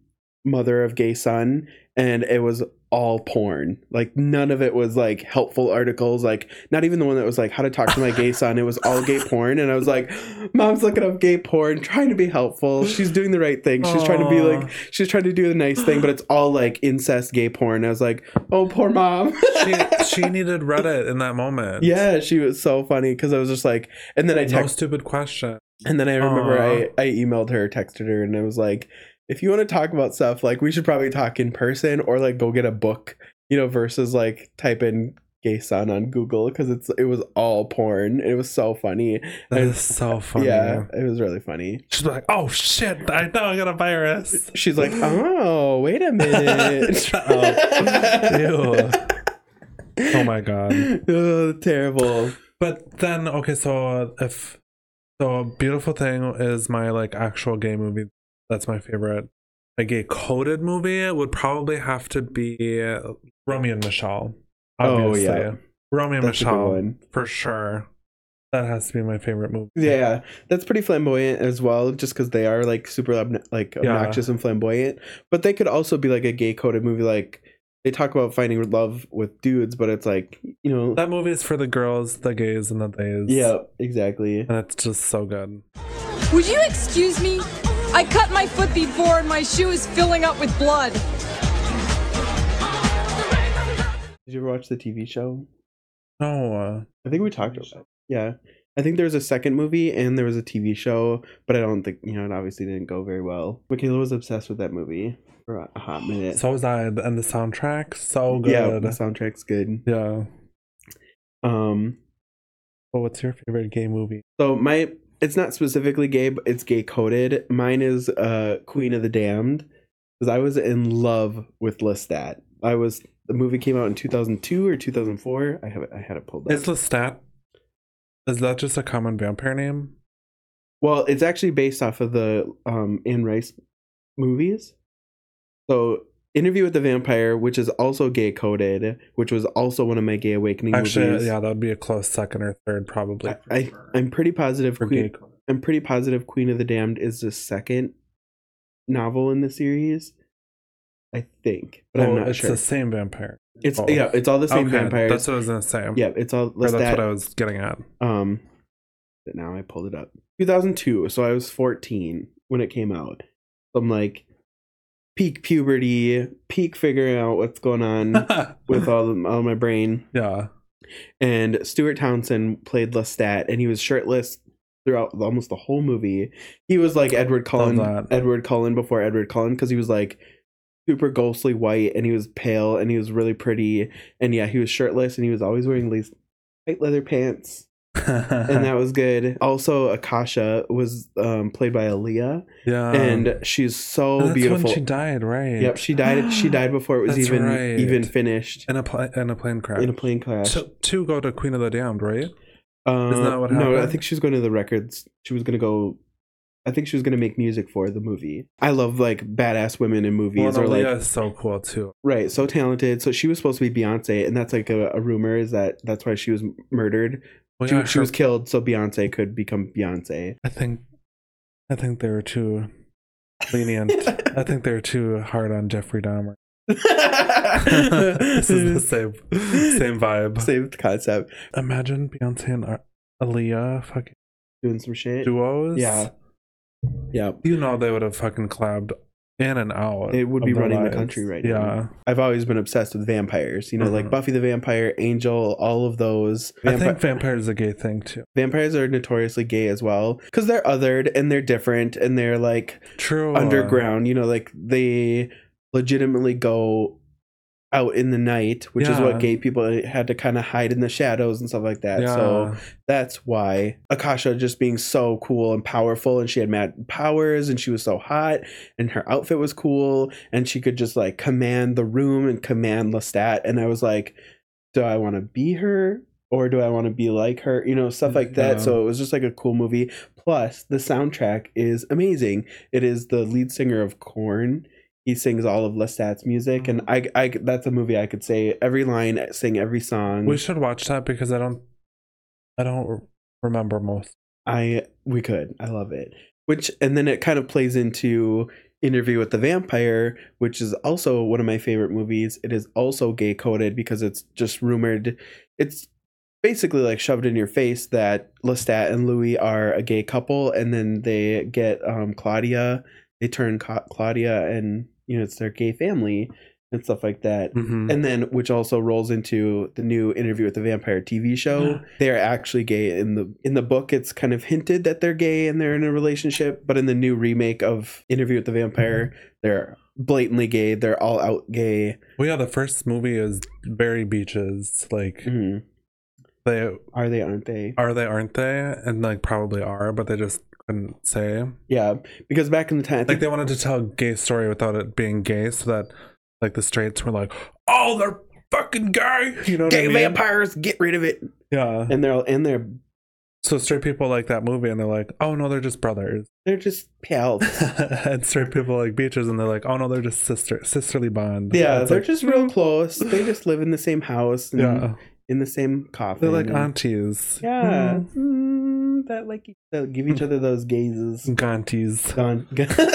Speaker 3: mother of gay son, and it was all porn. Like none of it was like helpful articles, like not even the one that was like how to talk to my gay son. It was all gay porn. And I was like, Mom's looking up gay porn, trying to be helpful. She's doing the right thing. She's trying to be
Speaker 2: Aw.
Speaker 3: like she's trying to do the nice thing, but it's all like incest gay porn. I was like, Oh poor mom.
Speaker 2: she she needed Reddit in that moment.
Speaker 3: yeah, she was so funny because I was just like and then I
Speaker 2: no
Speaker 3: texted
Speaker 2: stupid question.
Speaker 3: and then I remember
Speaker 2: Aw.
Speaker 3: I, I emailed her, texted her, and I was like, if you want to talk about stuff, like we should probably talk in person or like go get a book, you know, versus like type in gay son on Google because it's it was all porn. It was so funny.
Speaker 2: That
Speaker 3: I-
Speaker 2: is so funny.
Speaker 3: Yeah, it was really funny.
Speaker 2: She's like, oh shit, I know I got a virus.
Speaker 3: She's like, oh, wait a minute.
Speaker 2: Shut Oh, up. Ew. Oh my god.
Speaker 3: Oh, terrible.
Speaker 2: But then okay, so if so beautiful thing is my like actual gay movie. That's my favorite. A gay coded movie would probably have to be Romeo and Michelle.
Speaker 3: Oh,
Speaker 2: Obviously.
Speaker 3: yeah.
Speaker 2: Romeo and
Speaker 3: That's a good
Speaker 2: Michelle
Speaker 3: one.
Speaker 2: for sure. That has to be my favorite movie.
Speaker 3: Yeah, that's pretty flamboyant as well, just because they are like super obno- like
Speaker 2: Yeah.
Speaker 3: obnoxious and flamboyant. But they could also be like a gay coded movie. Like they talk about finding love with dudes, but it's like you know,
Speaker 2: That movie is for the girls, the gays, and the theys.
Speaker 3: yeah, exactly.
Speaker 2: And it's just so good.
Speaker 9: Would you excuse me? I cut my foot before and my shoe is filling up with blood.
Speaker 3: Did you ever watch the TV show?
Speaker 2: No.
Speaker 3: I think we talked about. Yeah, I think there was a second movie and there was a TV show, but I don't think you know. It obviously didn't go very well. Michaela was obsessed with that movie for a hot minute.
Speaker 2: So was I, and the soundtrack so
Speaker 3: yeah,
Speaker 2: good.
Speaker 3: the
Speaker 2: Yeah.
Speaker 3: soundtrack's good. Um,
Speaker 2: But what's your favorite gay movie?
Speaker 3: So my it's not specifically gay, but it's gay coded. Mine is uh Queen of the Damned because I was in love with Lestat. I was the movie came out in 2002 or 2004. I have it I had it pulled up.
Speaker 2: Is Lestat? Is that just a common vampire name?
Speaker 3: Well, it's actually based off of the um, Anne Rice movies. So, Interview with the Vampire, which is also gay coded, which was also one of my gay awakening
Speaker 2: Actually,
Speaker 3: movies.
Speaker 2: yeah, that would be a close second or third, probably.
Speaker 3: I, I, I'm pretty positive.
Speaker 2: for
Speaker 3: Queen,
Speaker 2: gay code.
Speaker 3: I'm pretty positive Queen of the Damned is the second novel in the series. I think, but
Speaker 2: Well,
Speaker 3: I'm not
Speaker 2: Oh, it's
Speaker 3: sure.
Speaker 2: the same vampire.
Speaker 3: It's
Speaker 2: both.
Speaker 3: yeah, it's all the same
Speaker 2: Okay,
Speaker 3: vampires.
Speaker 2: That's what I was gonna say.
Speaker 3: yeah, it's all
Speaker 2: Or that's
Speaker 3: that-
Speaker 2: what I was getting at.
Speaker 3: um but now i pulled it up 2002 so i was 14 when it came out so i'm like peak puberty peak figuring out what's going on with all, all my brain
Speaker 2: yeah,
Speaker 3: and stuart townsend played lestat and he was shirtless throughout almost the whole movie he was like edward cullen
Speaker 2: that.
Speaker 3: edward cullen before edward cullen because he was like super ghostly white and he was pale and he was really pretty and yeah he was shirtless and he was always wearing these tight leather pants and that was good. Also, Akasha was um, played by Aaliyah,
Speaker 2: yeah,
Speaker 3: and she's so
Speaker 2: And Um, that's
Speaker 3: beautiful.
Speaker 2: when she died, right?
Speaker 3: Yep, she died. She died before it was
Speaker 2: That's
Speaker 3: even
Speaker 2: right.
Speaker 3: even finished
Speaker 2: in a pl- in a plane crash.
Speaker 3: in a plane crash.
Speaker 2: So two go to Queen of the Damned, right?
Speaker 3: Uh,
Speaker 2: Isn't that what
Speaker 3: No, I
Speaker 2: happened?
Speaker 3: think she was going to the records. She was going to go. I think she was going to make music for the movie. I love like badass women in
Speaker 2: Well,
Speaker 3: movies
Speaker 2: and
Speaker 3: or like
Speaker 2: Aaliyah is so cool too.
Speaker 3: right, so talented. So she was supposed to be Beyonce, and that's like a, a rumor is that that's why she was murdered.
Speaker 2: Well,
Speaker 3: she,
Speaker 2: Oh, yeah,
Speaker 3: she
Speaker 2: her-
Speaker 3: was killed so Beyonce could become Beyonce.
Speaker 2: I think, I think they were too lenient. I think they were too hard on Jeffrey Dahmer. this is the same same vibe.
Speaker 3: Same concept.
Speaker 2: Imagine Beyonce and Ar- Aaliyah fucking
Speaker 3: Doing some shit.
Speaker 2: duos.
Speaker 3: Yeah. Yeah.
Speaker 2: you know they would have fucking collabed in and out.
Speaker 3: It would
Speaker 2: of
Speaker 3: be
Speaker 2: their
Speaker 3: running the
Speaker 2: lives.
Speaker 3: country right
Speaker 2: yeah.
Speaker 3: now. I've always been obsessed with vampires. You know, like
Speaker 2: Mhm.
Speaker 3: Buffy the Vampire, Angel, all of those.
Speaker 2: I
Speaker 3: Vampi-
Speaker 2: think vampire is a gay thing too.
Speaker 3: vampires are notoriously gay as well because they're othered and they're different and they're like
Speaker 2: True.
Speaker 3: underground. You know, like they legitimately go out in the night, which is
Speaker 2: Yeah.
Speaker 3: what gay people had to kind of hide in the shadows and stuff like that. So That's why Akasha just being so cool and powerful, and she had mad powers, and she was so hot, and her outfit was cool, and she could just like command the room and command Lestat. And I was like, do I want to be her or do I want to be like her? You know, stuff like that.
Speaker 2: Yeah.
Speaker 3: So it was just like a cool movie. Plus, the soundtrack is amazing. It is the lead singer of Korn. He sings all of Lestat's music, and I, I that's a movie I could say every line, sing every song.
Speaker 2: we should watch that because I don't, I don't remember most.
Speaker 3: I we could. I love it. Which and then it kind of plays into Interview with the Vampire, which is also one of my favorite movies. It is also gay coded because it's just rumored it's basically like shoved in your face that Lestat and Louis are a gay couple and then they get um Claudia, they turn Ca- Claudia and you know it's their gay family and stuff like that
Speaker 2: Mm-hmm.
Speaker 3: and then which also rolls into the new interview with the vampire tv show they're actually gay in the in the book it's kind of hinted that they're gay and they're in a relationship but in the new remake of interview with the vampire they're blatantly gay they're all out gay
Speaker 2: Well, yeah, the first movie is very beaches. Like
Speaker 3: Mhm.
Speaker 2: they
Speaker 3: are they aren't they
Speaker 2: are they, aren't they? And like probably are, but they just couldn't say.
Speaker 3: yeah because back in the time I
Speaker 2: Like
Speaker 3: think,
Speaker 2: they wanted to tell a gay story without it being gay, so that like the straights were like, oh, they're fucking gay. You know what I
Speaker 3: gay
Speaker 2: mean?
Speaker 3: vampires get rid of it
Speaker 2: Yeah.
Speaker 3: and they're and they're
Speaker 2: So straight people like that movie, and they're like, oh no, they're just brothers.
Speaker 3: they're just pals
Speaker 2: and straight people like beaches and they're like, oh no, they're just sister sisterly bond.
Speaker 3: yeah
Speaker 2: It's
Speaker 3: they're
Speaker 2: like,
Speaker 3: just real close they just live in the same house and
Speaker 2: yeah,
Speaker 3: in the same coffin
Speaker 2: they're like
Speaker 3: and-
Speaker 2: aunties.
Speaker 3: Yeah. Mm, that like that give each other those gazes.
Speaker 2: Ganties.
Speaker 3: Gone. Gunties.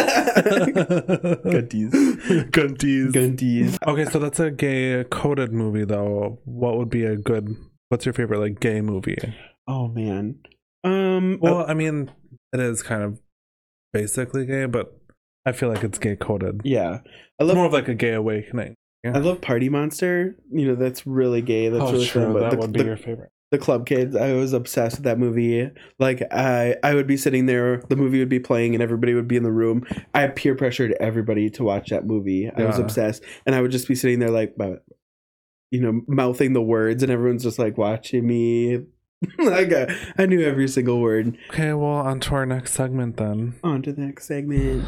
Speaker 2: Gunties.
Speaker 3: Gunties.
Speaker 2: okay, so that's a gay coded movie though. What would be a good what's your favorite like gay movie?
Speaker 3: Oh man. Um
Speaker 2: Well, I mean, it is kind of basically gay, but I feel like it's gay coded.
Speaker 3: yeah. I
Speaker 2: It's more
Speaker 3: love
Speaker 2: of like a gay awakening.
Speaker 3: I love Party Monster. You know, that's really gay. That's
Speaker 2: Oh,
Speaker 3: really fun. But the, the-
Speaker 2: favorite.
Speaker 3: the Club Kids. I was obsessed with that movie. Like I I would be sitting there, the movie would be playing and everybody would be in the room. I peer pressured everybody to watch that movie. I was
Speaker 2: Yeah.
Speaker 3: obsessed. And I would just be sitting there like but, you know, mouthing the words and everyone's just like watching me. like I, I knew every single word.
Speaker 2: Okay, well, on to our next segment then.
Speaker 3: On to the next segment.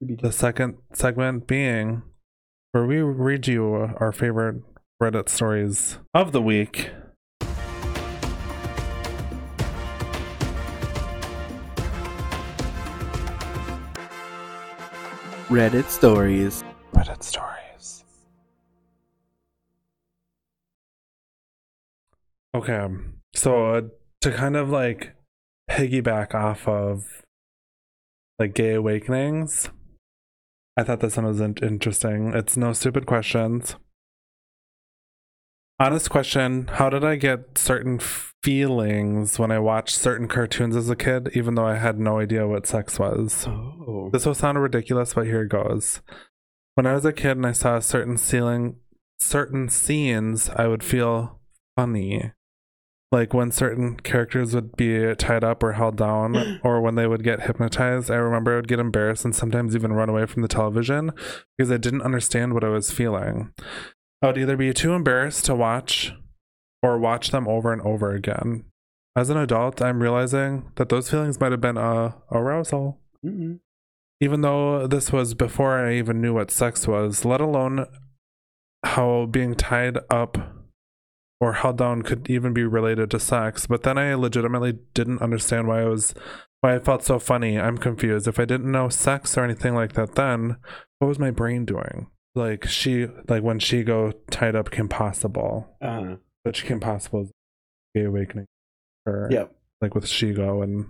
Speaker 2: The second segment being where we read you our favorite Reddit stories of the week.
Speaker 3: Reddit stories.
Speaker 1: Reddit stories.
Speaker 2: Okay. So uh, to kind of like piggyback off of like gay awakenings, I thought this one was in- interesting. It's no stupid questions. Honest question How did I get certain feelings when I watched certain cartoons as a kid, even though I had no idea what sex was?
Speaker 3: Oh.
Speaker 2: This will sound ridiculous, but here it goes. When I was a kid and I saw certain ceiling, certain scenes, I would feel funny. Like when certain characters would be tied up or held down, or when they would get hypnotized, I remember I would get embarrassed and sometimes even run away from the television because I didn't understand what I was feeling. I would either be too embarrassed to watch or watch them over and over again. As an adult, I'm realizing that those feelings might have been a arousal
Speaker 3: Mm-mm.
Speaker 2: even though this was before I even knew what sex was, let alone how being tied up or held down could even be related to sex. But then I legitimately didn't understand why I was why I felt so funny. I'm confused. If I didn't know sex or anything like that then, what was my brain doing? Like she like when she go tied up Kim Possible.
Speaker 3: Uh,
Speaker 2: Which Kim Possible is gay awakening or
Speaker 3: yep.
Speaker 2: like with Shigo and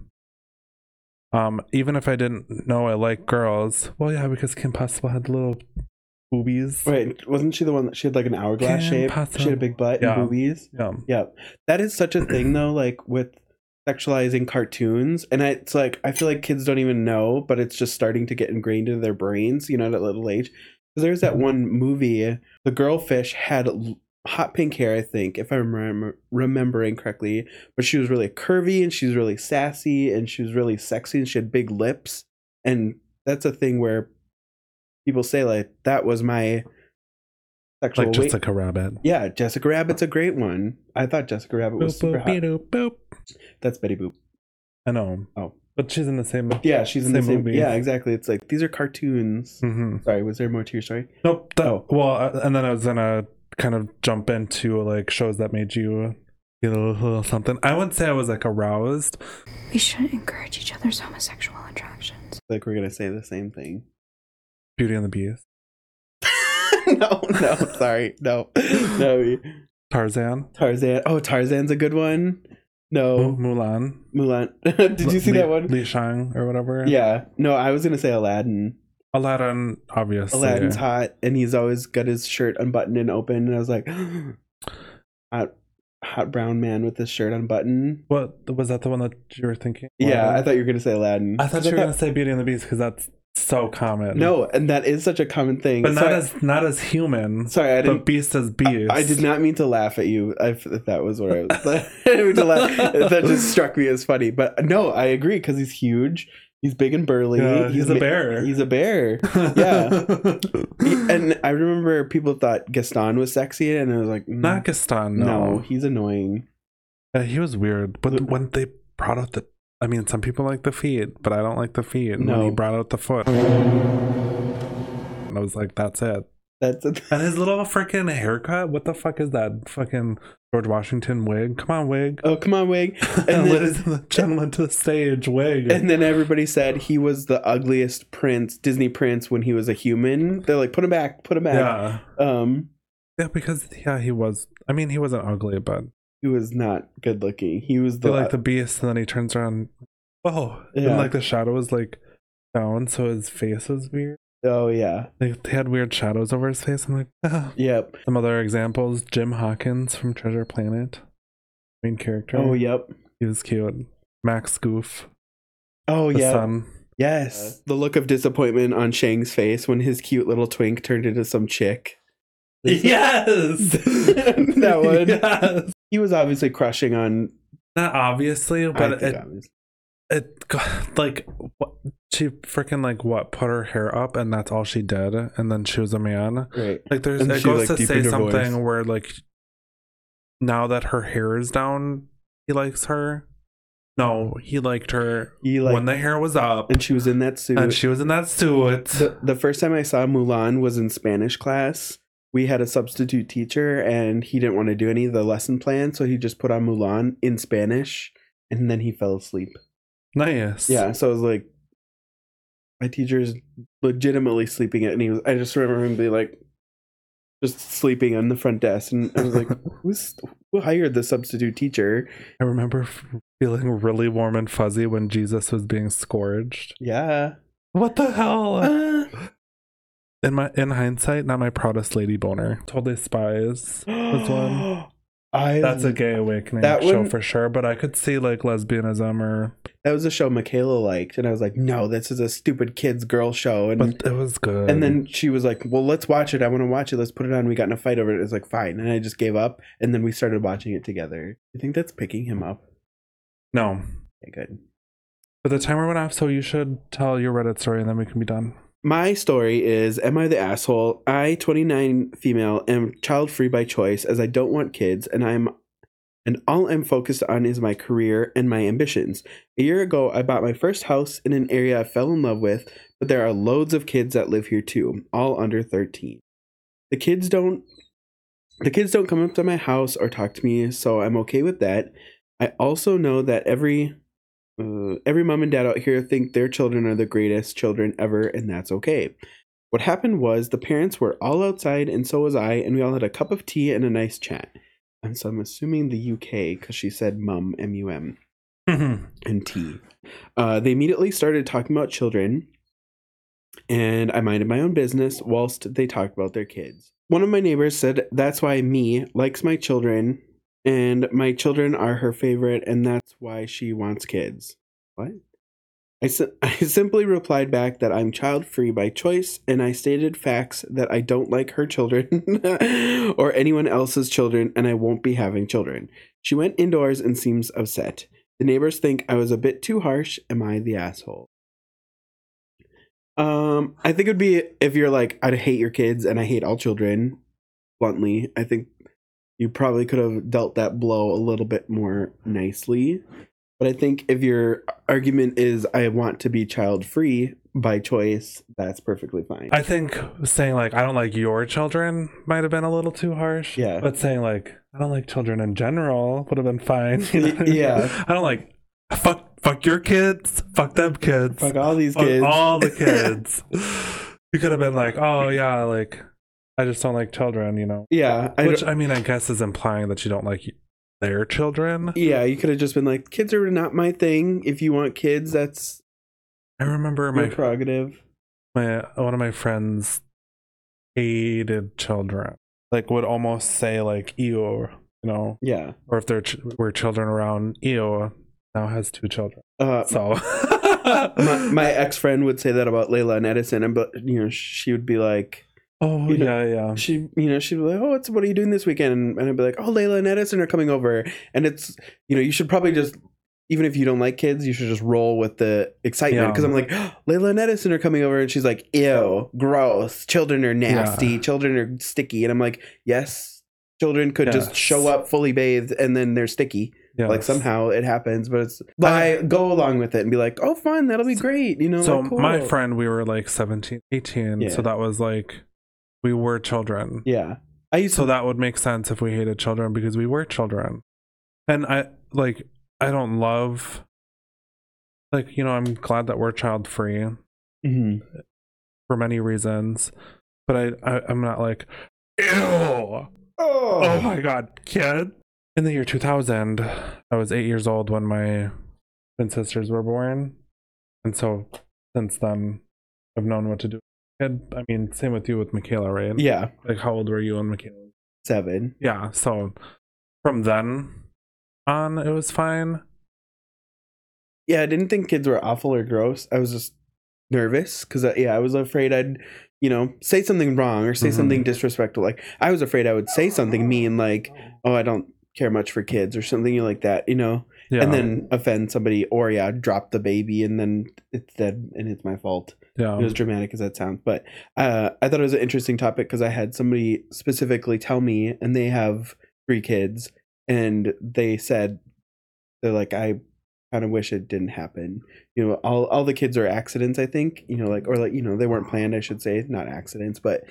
Speaker 2: um even if I didn't know I like girls, well yeah, because Kim Possible had little boobies.
Speaker 3: Wait, wasn't she the one that she had like an hourglass
Speaker 2: Kim
Speaker 3: shape?
Speaker 2: Possible.
Speaker 3: She had a big butt
Speaker 2: Yeah.
Speaker 3: and boobies.
Speaker 2: Yeah.
Speaker 3: Yep. That is such a thing though, like with sexualizing cartoons. And I- it's like I feel like kids don't even know, but it's just starting to get ingrained into their brains, you know, at a little age. Because there's
Speaker 2: Mm-hmm.
Speaker 3: that one movie, the girlfish had l- hot pink hair, I think, if I'm rem- remembering correctly. But she was really curvy and she was really sassy and she was really sexy and she had big lips. And that's a thing where people say like that was my sexual
Speaker 2: Like
Speaker 3: awa-
Speaker 2: just like a rabbit.
Speaker 3: yeah, Jessica Rabbit's a great one. I thought Jessica Rabbit was
Speaker 2: Boop,
Speaker 3: super
Speaker 2: boop,
Speaker 3: hot.
Speaker 2: beedoop, boop.
Speaker 3: That's Betty Boop.
Speaker 2: I know.
Speaker 3: Oh.
Speaker 2: But she's in the same
Speaker 3: Yeah, she's in the
Speaker 2: Same
Speaker 3: same.
Speaker 2: movie.
Speaker 3: Yeah, exactly. It's like these are cartoons.
Speaker 2: hmm
Speaker 3: Sorry, was there more to your story?
Speaker 2: Nope. That,
Speaker 3: Oh.
Speaker 2: Well, uh, and then I was gonna kind of jump into like shows that made you get a little something. I wouldn't say I was like aroused.
Speaker 10: We shouldn't encourage each other's homosexual attractions.
Speaker 3: Like we're gonna say the same thing.
Speaker 2: Beauty and the Beast,
Speaker 3: no, no, sorry, no, no.
Speaker 2: Tarzan,
Speaker 3: Tarzan. Oh, Tarzan's a good one. No,
Speaker 2: Mulan.
Speaker 3: Mulan. Oh. Did you see
Speaker 2: Li-
Speaker 3: that one?
Speaker 2: Li Shang or whatever.
Speaker 3: Yeah. No, I was gonna say Aladdin.
Speaker 2: Aladdin, obviously.
Speaker 3: Aladdin's hot, and he's always got his shirt unbuttoned and open. And I was like, hot, hot brown man with his shirt unbuttoned.
Speaker 2: What was that the one that you were thinking?
Speaker 3: Yeah, I
Speaker 2: Aladdin?
Speaker 3: thought you were gonna say Aladdin.
Speaker 2: I thought you were gonna say Beauty and the Beast because that's so common.
Speaker 3: no, and that is such a common thing.
Speaker 2: but not
Speaker 3: sorry,
Speaker 2: as not as human.
Speaker 3: sorry, I
Speaker 2: but
Speaker 3: didn't.
Speaker 2: Beast as
Speaker 3: I,
Speaker 2: Beast.
Speaker 3: I did not mean to laugh at you. I, if that was what I was. I didn't mean to laugh. That just struck me as funny. But no, I agree because he's huge. He's big and burly.
Speaker 2: Yeah, he's a
Speaker 3: ma-
Speaker 2: bear.
Speaker 3: He's a bear. Yeah. and I remember people thought Gaston was sexy, and I was like, mm,
Speaker 2: not Gaston.
Speaker 3: no,
Speaker 2: No,
Speaker 3: he's annoying.
Speaker 2: Uh, he was weird. But when they brought out the, I mean, some people like the feet, but I don't like the feet. And when
Speaker 3: No.
Speaker 2: he brought out the foot, and I was like, that's it.
Speaker 3: That's a,
Speaker 2: And his little freaking haircut. What the fuck is that? Fucking George Washington wig. Come on, wig.
Speaker 3: oh come on, wig.
Speaker 2: And
Speaker 3: And
Speaker 2: then,
Speaker 3: then,
Speaker 2: the gentleman to the stage wig.
Speaker 3: And then everybody said he was the ugliest prince, Disney prince, when he was a human. They're like, put him back, put him back.
Speaker 2: yeah.
Speaker 3: Um,
Speaker 2: Yeah, because yeah, he was. I mean, he wasn't ugly, but
Speaker 3: he was not good looking. He was
Speaker 2: he
Speaker 3: the,
Speaker 2: like the beast, and then he turns around. Oh,
Speaker 3: Yeah.
Speaker 2: and like the shadow was like down, so his face was weird.
Speaker 3: oh yeah,
Speaker 2: Like they had weird shadows over his face. I'm like, ah.
Speaker 3: yep,
Speaker 2: some other examples: Jim Hawkins from Treasure Planet, main character.
Speaker 3: oh yep,
Speaker 2: he was cute. Max Goof,
Speaker 3: oh
Speaker 2: the Uh,
Speaker 3: yeah,
Speaker 2: son.
Speaker 3: yes. the look of disappointment on Shang's face when his cute little twink turned into some chick.
Speaker 2: Yes,
Speaker 3: That one.
Speaker 2: Yes.
Speaker 3: He was obviously crushing on.
Speaker 2: Not obviously,
Speaker 3: I
Speaker 2: but
Speaker 3: think
Speaker 2: it,
Speaker 3: obvious-
Speaker 2: it got like what she freaking like what put her hair up and that's all she did and then she was a man
Speaker 3: right.
Speaker 2: like there's
Speaker 3: And
Speaker 2: it
Speaker 3: she,
Speaker 2: goes
Speaker 3: like,
Speaker 2: to say
Speaker 3: deepened her
Speaker 2: something
Speaker 3: voice.
Speaker 2: where like now that her hair is down he likes her no he liked her
Speaker 3: He like,
Speaker 2: when the hair was up
Speaker 3: and she was in that suit.
Speaker 2: and she was in that suit
Speaker 3: The, the first time I saw Mulan was in Spanish class. We had a substitute teacher, and he didn't want to do any of the lesson plan, so he just put on Mulan in Spanish, and then he fell asleep.
Speaker 2: nice
Speaker 3: Yeah, so I was like, my teacher is legitimately sleeping it, and he was. I just remember him being like, just sleeping on the front desk, and I was like, "Who's who hired the substitute teacher?"
Speaker 2: I remember f- feeling really warm and fuzzy when Jesus was being scourged.
Speaker 3: Yeah.
Speaker 2: What the hell?
Speaker 3: Uh,
Speaker 2: In my in hindsight, not my proudest lady boner. Totally spies. This one.
Speaker 3: I
Speaker 2: That's a gay awakening
Speaker 3: That
Speaker 2: show
Speaker 3: one-
Speaker 2: for sure, but I could see like lesbianism or
Speaker 3: that was a show Michaela liked, and I was like, "No, this is a stupid kids girl show." And
Speaker 2: but it was good.
Speaker 3: and then she was like, "Well, let's watch it. I want to watch it. Let's put it on." We got in a fight over it. It's like fine, and I just gave up. And then we started watching it together. I think that's picking him up.
Speaker 2: no.
Speaker 3: Okay, good.
Speaker 2: But the timer went off, so you should tell your Reddit story and then we can be done.
Speaker 3: My story is Am I the Asshole? I, 29 female, am child free by choice as I don't want kids and I'm and all I'm focused on is my career and my ambitions. A year ago, I bought my first house in an area I fell in love with, but there are loads of kids that live here too, all under 13. The kids don't the kids don't come up to my house or talk to me, so I'm okay with that. I also know that every uh, every mom and dad out here think their children are the greatest children ever, and that's okay. What happened was the parents were all outside, and so was I, and we all had a cup of tea and a nice chat. And so I'm assuming the UK because she said mum, M U M, and tea. Uh, they immediately started talking about children, and I minded my own business whilst they talked about their kids. One of my neighbors said, That's why me likes my children, and my children are her favorite, and that's why she wants kids. What? I, si- I simply replied back that I'm child free by choice, and I stated facts that I don't like her children or anyone else's children, and I won't be having children. She went indoors and seems upset. The neighbors think I was a bit too harsh. Am I the asshole? Um, I think it would be if you're like, I'd hate your kids and I hate all children, bluntly. I think you probably could have dealt that blow a little bit more nicely. But I think if your argument is, I want to be child free by choice, that's perfectly fine.
Speaker 2: I think saying like I don't like your children might have been a little too harsh.
Speaker 3: Yeah.
Speaker 2: But saying like I don't like children in general would have been fine. you know?
Speaker 3: Yeah.
Speaker 2: I don't like fuck fuck your kids. Fuck them kids.
Speaker 3: Fuck all these
Speaker 2: Fuck
Speaker 3: kids.
Speaker 2: all the kids. you could have been like, Oh yeah, like I just don't like children, you know.
Speaker 3: yeah. I
Speaker 2: Which
Speaker 3: don't-
Speaker 2: I mean I guess is implying that you don't like their children.
Speaker 3: yeah, you could have just been like, kids are not my thing. If you want kids, that's
Speaker 2: I remember
Speaker 3: your
Speaker 2: my
Speaker 3: prerogative.
Speaker 2: my one of my friends hated children. Like would almost say like ew, you know.
Speaker 3: Yeah.
Speaker 2: or if there ch- were children around, ew, now has two children.
Speaker 3: Uh,
Speaker 2: So,
Speaker 3: my, my ex friend would say that about Layla and Edison, and but you know she would be like,
Speaker 2: oh
Speaker 3: you
Speaker 2: yeah,
Speaker 3: know,
Speaker 2: yeah,
Speaker 3: she you know she'd be like, oh, it's what are you doing this weekend? And I'd be like, oh, Layla and Edison are coming over, and it's you know you should probably just even if you don't like kids, you should just roll with the excitement
Speaker 2: Yeah.
Speaker 3: because I'm like, oh, Layla and Edison are coming over, and she's like, ew, gross, children are nasty, children are sticky, and I'm like, yes, children could just
Speaker 2: Yes.
Speaker 3: show up fully bathed and then they're sticky.
Speaker 2: yeah.
Speaker 3: Like somehow it happens, but it's but I go along with it and be like, oh, fun, that'll be great, you know.
Speaker 2: So
Speaker 3: like,
Speaker 2: my
Speaker 3: cool.
Speaker 2: friend, we were like 17, 18,
Speaker 3: Yeah.
Speaker 2: so that was like we were children.
Speaker 3: Yeah. I used
Speaker 2: So that would make sense if we hated children because we were children. And I like I don't love like you know, I'm glad that we're child free.
Speaker 3: to. Mhm.
Speaker 2: for many reasons, but I, I I'm not like ew. Oh. my god, kid. In the year 2000, I was eight years old when my twin sisters were born, and so since then, I've known what to do. Kid, I mean, same with you with Michaela, right?
Speaker 3: Yeah.
Speaker 2: Like, how old were you and Michaela?
Speaker 3: Seven.
Speaker 2: Yeah. So from then on, it was fine.
Speaker 3: Yeah. I didn't think kids were awful or gross. I was just nervous because, yeah, I was afraid I'd, you know, say something wrong or say
Speaker 2: Mhm.
Speaker 3: something disrespectful. Like, I was afraid I would say something mean, like, oh, I don't care much for kids or something like that, you know,
Speaker 2: Yeah.
Speaker 3: and then offend somebody or, yeah, drop the baby and then it's dead and it's my fault.
Speaker 2: yeah.
Speaker 3: It was dramatic as that sounds, but uh, I thought it was an interesting topic because I had somebody specifically tell me, and they have three kids, and they said they're like, I kind of wish it didn't happen. You know, all all the kids are accidents, I think. You know, like or like you know they weren't planned. I should say not accidents, but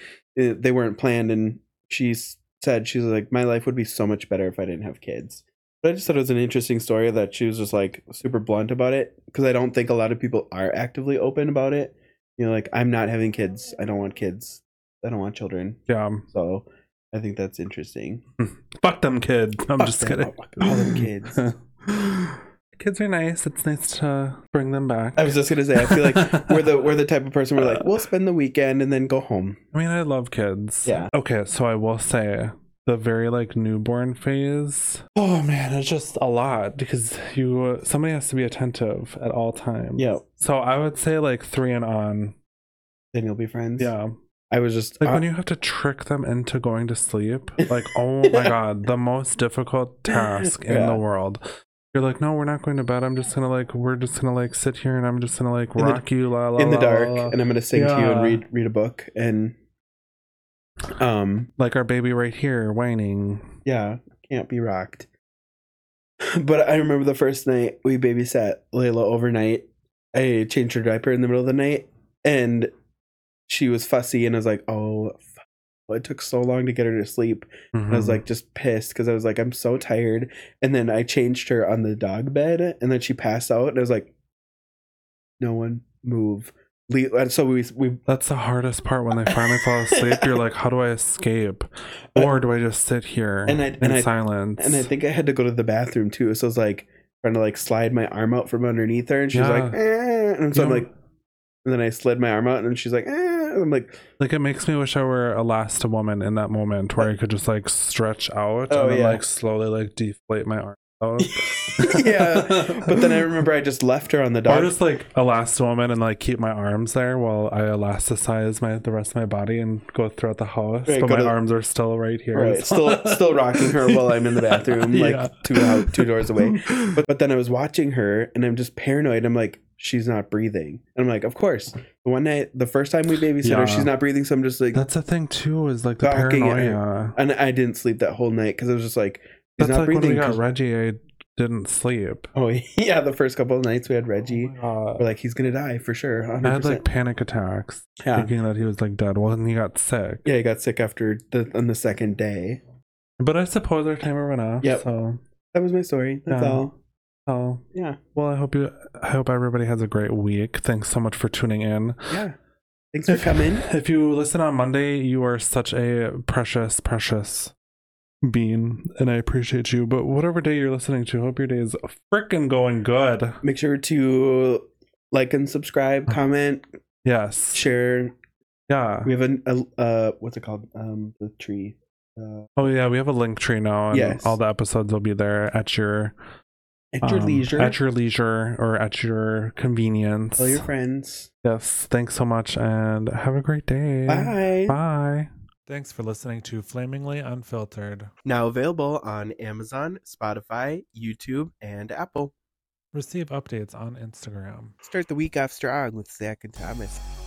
Speaker 3: uh, they weren't planned. And she s- said she's like, my life would be so much better if I didn't have kids. But I just thought it was an interesting story that she was just like super blunt about it because I don't think a lot of people are actively open about it you know, like I'm not having kids. I don't want kids. I don't want children.
Speaker 2: Yeah.
Speaker 3: So I think that's interesting.
Speaker 2: Fuck them kids. I'm
Speaker 3: Fuck
Speaker 2: just
Speaker 3: them.
Speaker 2: kidding.
Speaker 3: Fuck all them kids.
Speaker 2: kids are nice. It's nice to bring them back.
Speaker 3: I was just gonna say, I feel like we're the we're the type of person we're like, we'll spend the weekend and then go home.
Speaker 2: I mean, I love kids.
Speaker 3: Yeah.
Speaker 2: Okay, so I will say the very like newborn phase. Oh man, it's just a lot because you somebody has to be attentive at all times.
Speaker 3: Yeah.
Speaker 2: So I would say like three and on.
Speaker 3: Then you'll be friends.
Speaker 2: Yeah.
Speaker 3: I was just
Speaker 2: Like
Speaker 3: uh,
Speaker 2: when you have to trick them into going to sleep. Like, oh my god, the most difficult task in
Speaker 3: Yeah.
Speaker 2: the world. You're like, no, we're not going to bed. I'm just gonna like, we're just gonna like sit here and I'm just gonna like
Speaker 3: the-
Speaker 2: rock you, la la
Speaker 3: in the
Speaker 2: la, la,
Speaker 3: dark
Speaker 2: la.
Speaker 3: and I'm gonna sing to you and
Speaker 2: Yeah.
Speaker 3: read read a book and um
Speaker 2: like our baby right here whining.
Speaker 3: yeah, can't be rocked. But I remember the first night we babysat Layla overnight. I changed her diaper in the middle of the night and she was fussy and I was like, "Oh, fuck. it took so long to get her to sleep." And I was
Speaker 2: Mhm.
Speaker 3: like just pissed because I was like, I'm so tired. And then I changed her on the dog bed and then she passed out and I was like, no one move. Le- and so we, we
Speaker 2: That's the hardest part when they finally fall asleep. You're like, how do I escape? Or do I just sit here
Speaker 3: And I-
Speaker 2: in
Speaker 3: and I-
Speaker 2: silence?
Speaker 3: and I think I had to go to the bathroom too. So I was like trying to like slide my arm out from underneath her and she's like,
Speaker 2: Yeah.
Speaker 3: eh. and so I'm
Speaker 2: Yeah.
Speaker 3: like, and then I slid my arm out and she's like, eh. and I'm like,
Speaker 2: like it makes me wish I were a last woman in that moment where I could just like stretch out
Speaker 3: Uh Oh,
Speaker 2: and then
Speaker 3: yeah.
Speaker 2: like slowly like deflate my arm out.
Speaker 3: yeah. but then I remember I just left her on the
Speaker 2: Or
Speaker 3: dog.
Speaker 2: just like a last woman and like keep my arms there while I elasticize my the rest of my body and go throughout the house.
Speaker 3: Right,
Speaker 2: but
Speaker 3: go
Speaker 2: my
Speaker 3: to-
Speaker 2: arms are still right here.
Speaker 3: Right, still still rocking her while I'm in the bathroom,
Speaker 2: Yeah.
Speaker 3: like two out, two doors away. But but then I was watching her, and I'm just paranoid. I'm like, she's not breathing, and I'm like, of course. The one night, the first time we babysit
Speaker 2: Yeah.
Speaker 3: her, she's not breathing, so I'm just like,
Speaker 2: That's the thing too, is like the
Speaker 3: Barking at her.
Speaker 2: paranoia.
Speaker 3: and I didn't sleep that whole night because I was just like, she's
Speaker 2: That's
Speaker 3: not
Speaker 2: like when
Speaker 3: breathing.
Speaker 2: we got
Speaker 3: 'cause-
Speaker 2: Reggie, I didn't sleep.
Speaker 3: oh yeah, the first couple of nights we had Reggie.
Speaker 2: Uh,
Speaker 3: We're like, he's gonna die for sure. 100%.
Speaker 2: I had like panic attacks,
Speaker 3: yeah.
Speaker 2: thinking that he was like dead. Well, then he got sick.
Speaker 3: yeah, he got sick after the on the second day.
Speaker 2: But I suppose our timer went off.
Speaker 3: Yep.
Speaker 2: So,
Speaker 3: That was my story. That's
Speaker 2: Yeah.
Speaker 3: all.
Speaker 2: oh,
Speaker 3: Yeah,
Speaker 2: well, I hope you. I hope everybody has a great week. Thanks so much for tuning in.
Speaker 3: yeah. Thanks for coming.
Speaker 2: If you listen on Monday, you are such a precious, precious bean, and I appreciate you. But whatever day you're listening to, hope your day is freaking going good.
Speaker 3: Make sure to like and subscribe, comment,
Speaker 2: Yes.
Speaker 3: share.
Speaker 2: Yeah.
Speaker 3: We have an a, uh, what's it called? Um, the tree. Uh,
Speaker 2: Oh yeah, we have a link tree now, and
Speaker 3: Yes.
Speaker 2: all the episodes will be there at your
Speaker 3: at your
Speaker 2: um,
Speaker 3: leisure. Oh,
Speaker 2: at your leisure, or at your convenience.
Speaker 3: Tell your friends.
Speaker 2: Yes, thanks so much, and have a great day.
Speaker 3: Bye.
Speaker 2: Bye. Thanks for listening to Flamingly Unfiltered.
Speaker 3: Now available on Amazon, Spotify, YouTube, and Apple.
Speaker 2: Receive updates on Instagram.
Speaker 3: Start the week off strong with Zach and Thomas.